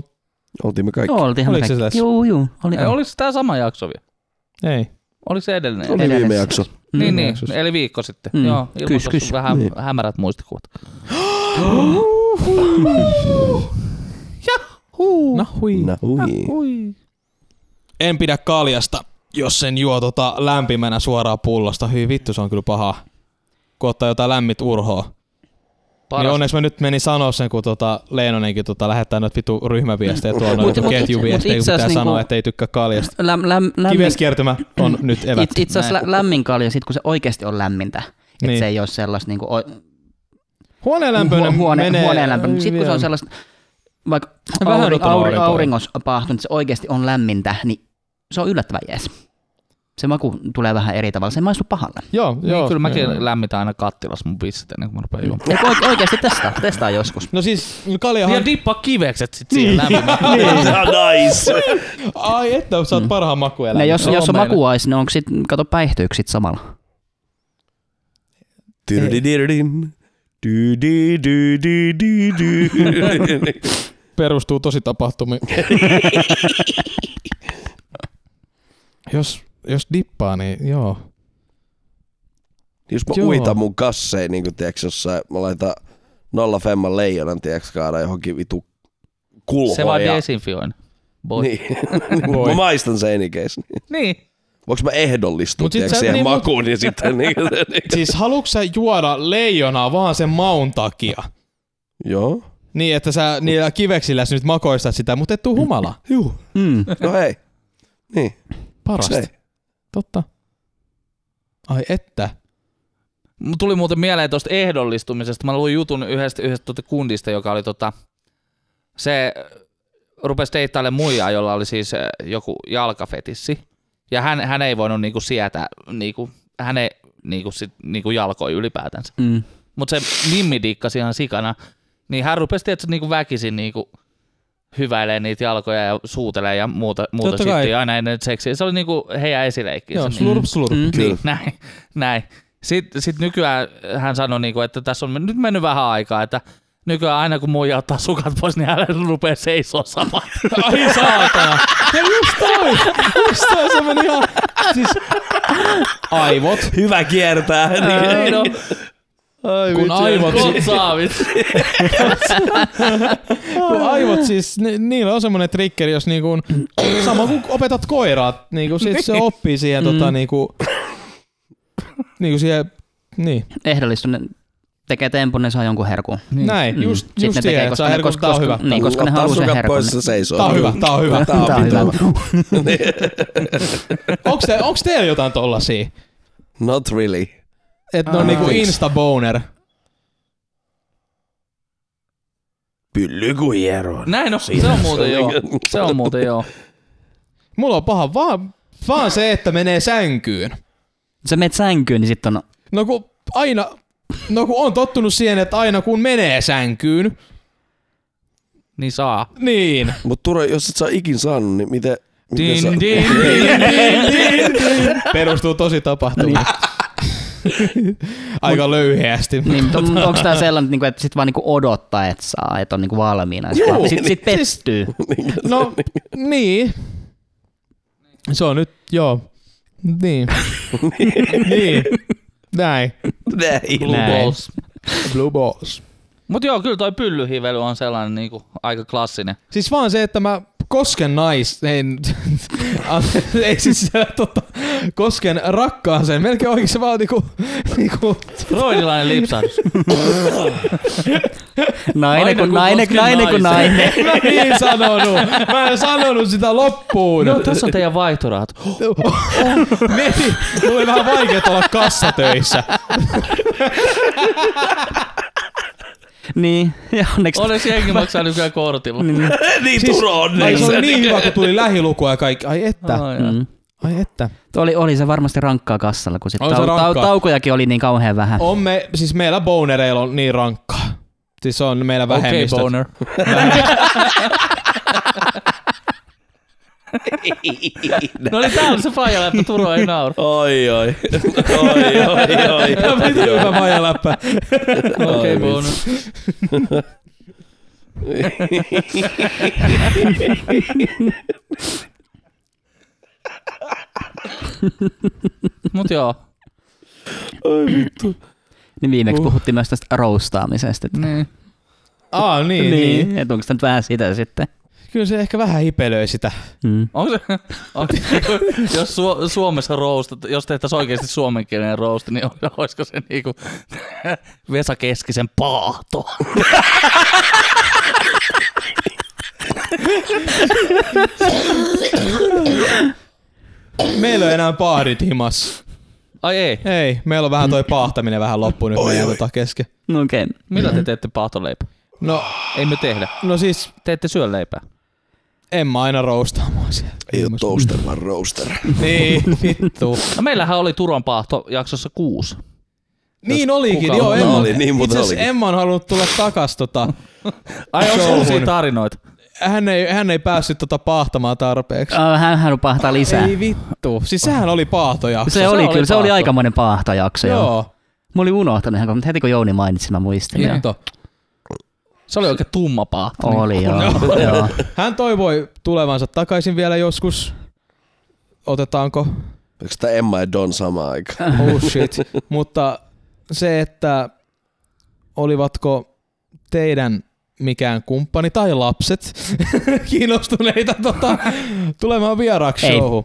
C: Oltiin me
B: No,
C: kaikki.
A: Joo, oltiinhan me
D: Oliko se
A: kaikki.
D: tässä?
A: Juu, juu. Oli,
B: Ei, oliko tää sama jakso vielä?
D: Ei.
B: Oliko se edellinen?
C: Se oli viime
A: Edelleen.
C: jakso.
A: Mm.
B: Niin, niin,
D: Jeesus.
B: eli viikko sitten.
A: Mm.
B: Mm. Joo,
A: Kys,
B: ilmoitus
A: kys.
B: vähän
C: Niin.
B: hämärät muistikuvat.
D: No hui.
C: No, ui.
B: Ui.
D: En pidä kaljasta, jos sen juo tota lämpimänä suoraan pullosta. Hyi vittu, se on kyllä paha. Kun ottaa jotain lämmit urhoa. Paras. Niin
B: Paras.
D: onneksi mä nyt menin sanoa sen, kun tota Leinonenkin tota lähettää noita vitu ryhmäviestejä tuolla
A: Mut-
D: noita
A: mut itse- mut
D: ketjuviestejä, kun
A: itse
D: pitää
A: asiassa
D: sanoa,
A: niinku-
D: että ei tykkää kaljasta.
A: Läm, läm, lämmin,
D: Kiveskiertymä on nyt evät.
A: it, itse asiassa lä- lämmin kalja, sit kun se oikeasti on lämmintä. Että
D: Niin.
A: se ei ole sellaista niinku, o-
D: Huoneen lämpöinen
A: huone,
D: menee. Niin
A: huone, huoneen lämpöinen. Sitten kun se on sellaista, vaikka
D: Vähän
A: auri,
D: odotan
A: auri,
D: aurinkoa.
A: auringossa pahtunut, että se oikeasti on lämmintä, niin se on yllättävän jees. Se maku tulee vähän eri tavalla. Se ei maistu pahalle.
D: Joo,
B: Niin,
D: joo.
B: kyllä mäkin lämmitän aina kattilassa mun pisset ennen kuin mä rupean juomaan.
A: Eikö oike- oikeasti testaa, testaa joskus.
D: No siis kaljahan...
A: Niin,
B: Ja dippaa kivekset sit siihen lämpimään.
C: nice.
D: Ai että, sä oot parhaan makuelämä.
A: Mm. Ne, jos,
B: Joo,
A: jos on
B: meillä.
A: makuais, niin onko sit, kato päihtyykö sit samalla?
C: Tyrdidirdin. Dydidydidydy. Niin
D: perustuu tosi tapahtumiin. jos, jos dippaa, niin joo.
C: Jos mä
D: Joo.
C: uitan mun kasseen, niin kuin tiiäks, jossain, mä laitan nolla femman leijonan, tiiäks, kaada johonkin vitu kulhoon.
B: Se vaan
C: ja-
B: desinfioin. Boy.
C: Niin. Niin, mä maistan sen enikeis.
B: niin.
C: Voinko mä ehdollistua,
D: Mut sit
C: tiiäks,
D: sä-
C: siihen
D: niin, mut-
C: makuun ja sitten niin, niin.
D: Siis haluatko sä juoda leijonaa vaan sen maun takia?
C: Joo.
D: Niin, että sä niillä kiveksillä nyt makoistat sitä, mutta et tuu humala.
C: Juu.
A: Mm.
C: No hei. Niin,
D: Parasta.
C: se.
D: Totta. Ai että.
B: Mut Tuli muuten mieleen tuosta ehdollistumisesta. Mä luin jutun yhdestä, yhdestä tuota kundista, joka oli tota, se rupesi deittaille muijaa, jolla oli siis äh, joku jalkafetissi. Ja hän, hän ei voinut niinku sietää niinku, hän ei, niinku, sit, niinku jalkoi ylipäätänsä.
A: Mm.
B: Mutta se Mimmi diikkasi ihan sikana, niin hän rupesi tietysti niinku väkisin niinku hyväilee niitä jalkoja ja suutelee ja muuta, muuta
D: Totta kai.
B: sitten aina ennen seksiä. Se oli niinku heidän esileikkiä.
D: Joo,
B: se
D: slurp slurp.
A: Mm.
C: Kyllä.
B: niin, näin, näin. Sitten sit nykyään hän sanoi, niinku, että tässä on nyt mennyt vähän aikaa, että nykyään aina kun muija ottaa sukat pois, niin hän rupeaa seisoo samaan.
D: No, Ai saatana. Ja just toi. Just toi, se meni ihan... Siis aivot.
C: Hyvä kiertää. Niin.
B: Ei, no,
D: Ai, kun aivot, siis-
B: kotsaavit.
D: kun aivot siis, ni, niillä on semmoinen triggeri, jos niinku, sama kuin opetat koiraa, niinku, sit
A: Niin.
D: se oppii
A: Mm.
D: siihen tota niinku, niinku siihen, niin,
A: Ehdollistun, tekee tempun, ne saa jonkun herkun.
D: niin. näin, just,
A: Sitten
D: just
A: Mm. ne
D: siihen,
A: tekee,
D: että
A: koska,
D: saa
A: ne,
D: herkut,
A: koska,
D: tää on hyvä.
A: koska, niin, koska ne
C: Ottaa
A: haluaa sen
C: sukat
A: herkun.
C: pois, se seisoo. Niin.
D: Tää on hyvä, tää on hyvä.
C: Tää on
A: Tää on
C: vitun
A: hyvä.
D: Onks, te, onks teillä jotain tollasia?
C: Not really.
D: Että ne on
A: Ah.
D: niinku
C: Fix.
D: instaboner.
C: Pylly kuin hieron.
B: Näin on, se on muuten joo. Se on muuten joo.
D: Mulla on paha vaan, vaan se, että menee sänkyyn.
A: Sä meet sänkyyn, niin sitten on
D: No kun aina No kun on tottunut siihen, että aina kun menee sänkyyn,
B: Niin saa.
D: niin.
C: Mutta Ture, jos et sä ikin saanut, niin miten... miten sä...
B: Din, din, din.
D: Perustuu tosi tapahtumiin. Aika löyheästi.
A: Niin, mutta
D: Tota-
A: on- onko tämä sellainen, niinku, että sit vaan niinku odottaa, että saa, että on niinku valmiina. Sitten
C: Joo,
A: sit,
C: niin.
A: sit pettyy.
D: No, niin. Se on nyt, joo. Niin. niin. Näin.
C: Näin.
B: Blue
A: Näin.
B: balls.
D: Blue balls.
B: Mut joo, kyllä toi pyllyhively on sellainen niinku, aika klassinen.
D: Siis vaan se, että mä kosken nais... Ei, nyt- ei siis äh, tota, kosken rakkaaseen. Melkein oikein se vaan niinku... niinku
B: Freudilainen lipsahdus.
A: Nainen
B: kun
A: kuin nainen,
B: kosken
A: nainen kuin
B: naisen.
A: nainen.
D: mä en niin sanonut. Mä en sanonut sitä loppuun.
B: No tässä on teidän vaihtorahat.
D: Niin, mulla oli vähän vaikeet olla kassatöissä.
A: Niin, ja onneksi...
B: Onneksi jengi maksaa nykyään kortilla.
A: Niin.
C: niin Turo
D: Ai Siis se
C: onneksi.
D: oli niin hyvä, kun tuli lähilukua ja kaikki. Ai että.
B: Ai, ai.
A: Mm.
D: Ai että.
A: Oli, oli se varmasti rankkaa kassalla, kun sit
D: On se
A: tau- tau-
D: rankkaa.
A: taukojakin oli niin kauhean vähän.
D: On me, siis meillä bonereilla on niin rankkaa. Siis se on meillä
B: Okei,
D: vähemmistö.
B: boner. No niin, tää on se faija, että Turo ei naura.
C: Oi, oi. Oi, oi, oi.
D: Mitä
C: Joo.
D: hyvä vaijaläppä.
B: Okei,
C: Ai,
B: boner. Mut joo.
A: Niin viimeksi
D: Uh.
A: puhuttiin myös tästä roustaamisesta. Että,
B: Niin.
D: Aa, niin, niin.
A: niin, että onko tämä nyt vähän sitä sitten.
D: Kyllä se ehkä vähän hipelöi sitä.
A: Mm.
B: Onko se, onko, jos Su- Suomessa roustat, jos tehtäisiin oikeasti suomenkielinen rousti, niin ol- olisiko se niinku Vesa Keskisen paahto?
D: Meillä ei enää paahdit himas.
B: Ai ei,
D: Ei, meillä on vähän toi paahtaminen vähän loppu nyt meidän tota kesken.
A: No okei. Okay.
B: millä te teette paahtoleipää?
D: No,
B: Ei me tehdä.
D: no siis
B: Te ette syö leipää.
D: en mä aina roustaa mua siellä.
C: Ei oo toaster, vaan roaster.
D: Niin, vittu.
B: No meillähän oli Turon paahto jaksossa kuusi.
D: Niin olikin,
B: kuka
D: joo.
B: on-
D: Emma,
C: No oli, niin muuten
D: itse asiassa
C: olikin.
D: Emma on halunnut tulla takas tota.
B: Ai onko
D: Showhun.
B: uusia tarinoita?
D: Hän ei, hän ei päässyt tota paahtamaan tarpeeksi.
A: Äh, Hän, hän pahtaa lisää.
D: Ei vittu. Siis sehän oli paahtojakso.
A: se, se, oli,
B: oli
A: kyllä, se oli
B: paahto.
A: aikamoinen paahtojakso. Joo. joo.
D: Joo,
A: Mä olin unohtanut ihan, mutta heti kun Jouni mainitsi, mä muistin. Ja,
D: hitto.
B: Se oli oikein tumma paahto.
A: oli joo. joo.
D: Hän toivoi tulevansa takaisin vielä joskus. Otetaanko?
C: Onks tää Emma ja Don samaan aikaan?
D: Oh shit. Mutta se, että olivatko teidän mikään kumppani tai lapset kiinnostuneita tota, tulemaan vieraaksi
A: Ei.
D: showhun.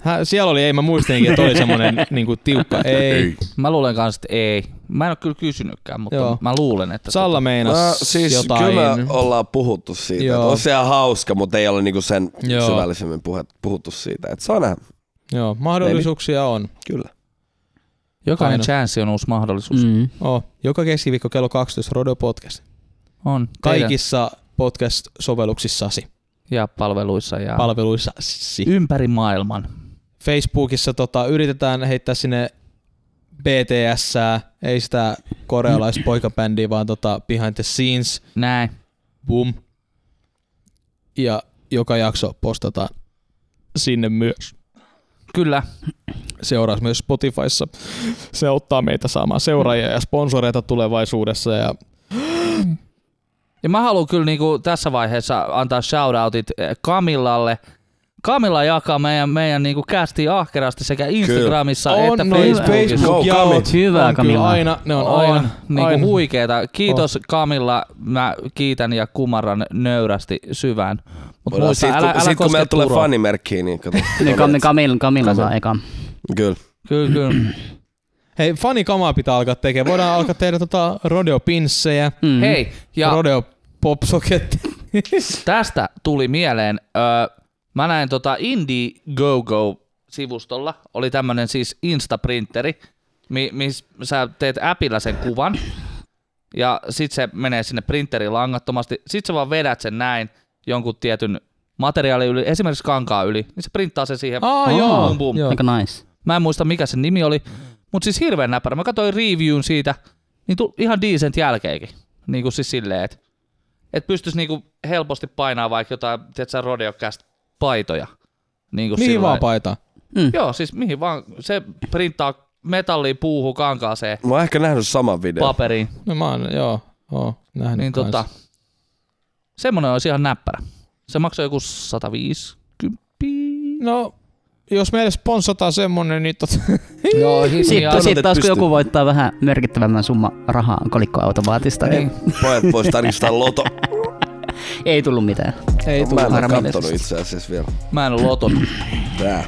D: Hä, siellä oli, ei mä muistinkin, että oli semmonen niinku, tiukka ei.
B: Mä luulen kanssa, että ei. Mä en ole kyllä kysynytkään, mutta
D: Joo.
B: Joo. mä luulen, että... tota,
D: Salla meinas
C: Mä, siis
D: jotain.
C: kyllä ollaan puhuttu siitä.
D: Joo.
C: Joo. On se ihan hauska, mutta ei ole niinku sen
D: Joo.
C: Joo. syvällisemmin puhet, puhuttu siitä. Et saa nähdä,
D: Joo, mahdollisuuksia on.
C: kyllä.
B: Jokainen
D: Aina.
B: chanssi on uusi mahdollisuus. Mm.
A: Mm.
D: Oh, joka keskiviikko kello 12 Rodo Podcast.
B: On. Teidän-
D: Kaikissa podcast-sovelluksissasi,
B: Ja palveluissa ja...
D: palveluissasi.
B: ympäri maailman.
D: Facebookissa tota, yritetään heittää sinne BTS, ei sitä korealaispoikabändiä, vaan tota, behind the scenes,
B: Näin.
D: boom. Ja joka jakso postataan sinne myös.
B: Kyllä.
D: Seuraa myös Spotifyssa. Se auttaa meitä saamaan seuraajia ja sponsoreita tulevaisuudessa. Ja
B: Ja mä haluan kyllä niinku tässä vaiheessa antaa shoutoutit eh, Kamillalle. Kamilla jakaa meidän, meidän niinku kästi ahkerasti sekä Instagramissa että
D: on noin
B: Facebookissa.
C: Go,
D: Facebook-jaot.
C: Kamit.
A: Hyvä,
D: on kyllä
A: Kamilla.
D: aina, ne on,
B: On,
D: aina,
B: niinku
D: aina.
B: huikeeta. Kiitos Kamilla, mä kiitän ja kumarran nöyrästi syvään. Mutta
C: Voidaan,
B: muista,
C: sit,
B: älä,
C: kun,
B: älä
C: sit, kun
B: koske
C: meillä tulee
B: Turoon.
C: fanimerkkiä, niin kato.
A: Niin, Kam, Kamilla, Kamilla saa
C: Kamilla.
A: eka.
C: Kyllä.
B: Kyllä, kyllä.
D: Hei, fanikamaa pitää alkaa tekemään. Voidaan alkaa tehdä tota rodeopinssejä,
A: Mm.
B: Hei, ja
D: rodeo popsoketti. Siis.
B: Tästä tuli mieleen, öö, mä näin tota Indiegogo-sivustolla, oli tämmönen siis Instaprinteri, mi- missä sä teet äpillä sen kuvan, ja sit se menee sinne printeriin langattomasti, sit sä vaan vedät sen näin jonkun tietyn materiaalin yli, esimerkiksi kankaan yli, niin se printtaa sen siihen.
D: Aa,
A: Aa,
D: joo.
B: bum, bum.
D: joo.
A: Aika nice.
B: Mä en muista mikä sen nimi oli, mutta siis hirveän näppärä. Mä katsoin reviewin siitä, niin tuli ihan decent jälkeenkin. Niin kuin siis silleen, että et pystyisi niinku helposti painaa vaikka jotain, tiedätkö, rodeokästä paitoja. Niin kuin
D: Mihin vaan paita.
B: Joo, siis mihin vaan. Se printtaa metalliin, puuhun, kankaaseen,
C: Mä oon ehkä nähnyt saman videon.
B: paperiin.
D: No mä oon, joo, oon nähnyt
B: Niin
D: kans.
B: tota, semmonen olisi ihan näppärä. Se maksoi joku 150.
D: No, jos meille sponsataan semmonen, niin tot...
B: Joo,
A: Sitten sit
C: että
A: taas kun
C: pystyy.
A: joku voittaa vähän merkittävämmän summa rahaa kolikkoautomaatista, niin
C: Pojat pois tarkistaa loto.
A: ei tullut mitään.
D: ei
C: Mä en oo
A: harmillisesti.
C: kattonut itse asiassa vielä.
B: Mä en ole loton.
C: Tää.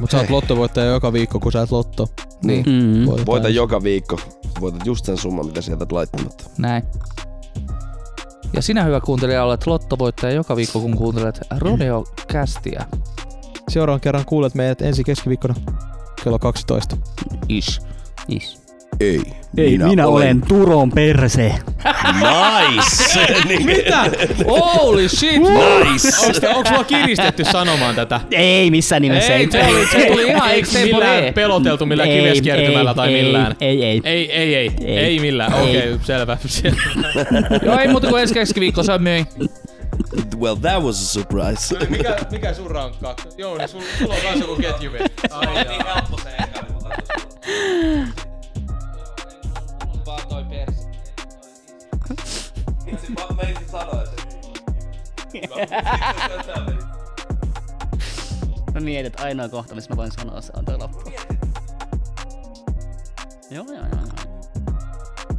D: Mut sä oot lottovoittaja joka viikko, kun sä et lotto.
C: Niin.
A: Mm.
D: Voitetaan.
C: Voita joka viikko. Voitat just sen summan, mitä sieltä laittamatta.
B: Näin. Ja sinä hyvä kuuntelija olet lottovoittaja joka viikko kun kuuntelet Rodeo Castia.
D: Seuraavan kerran kuulet meidät ensi keskiviikkona kello 12.
B: Ish.
A: Yes.
C: Ei.
A: Turon perse.
C: Nice!
D: Mitä?
B: Holy shit!
C: nice!
D: Onks, onks mua kiristetty sanomaan tätä?
A: Ei missään nimessä.
D: Ei, se, oli, se tuli ihan
B: Ei millään
D: extemporee. peloteltu millään
A: Ei,
D: kiveskiertymällä tai
A: ei,
D: millään.
A: Ei, ei. ei.
D: Ei, ei, ei.
A: Ei.
D: Ei, ei millään. Okei, okay, selvä.
B: Joo, No ei muuta kuin ensi keskiviikko, se on myi.
C: Well, that was a surprise.
D: mikä, mikä sun rankka? Jouni, sulla, sulla on kans joku ketjuvi.
A: Mä mietin, että ainoa kohta, missä mä voin sanoa, se on toi loppu. Joo, joo, joo. joo.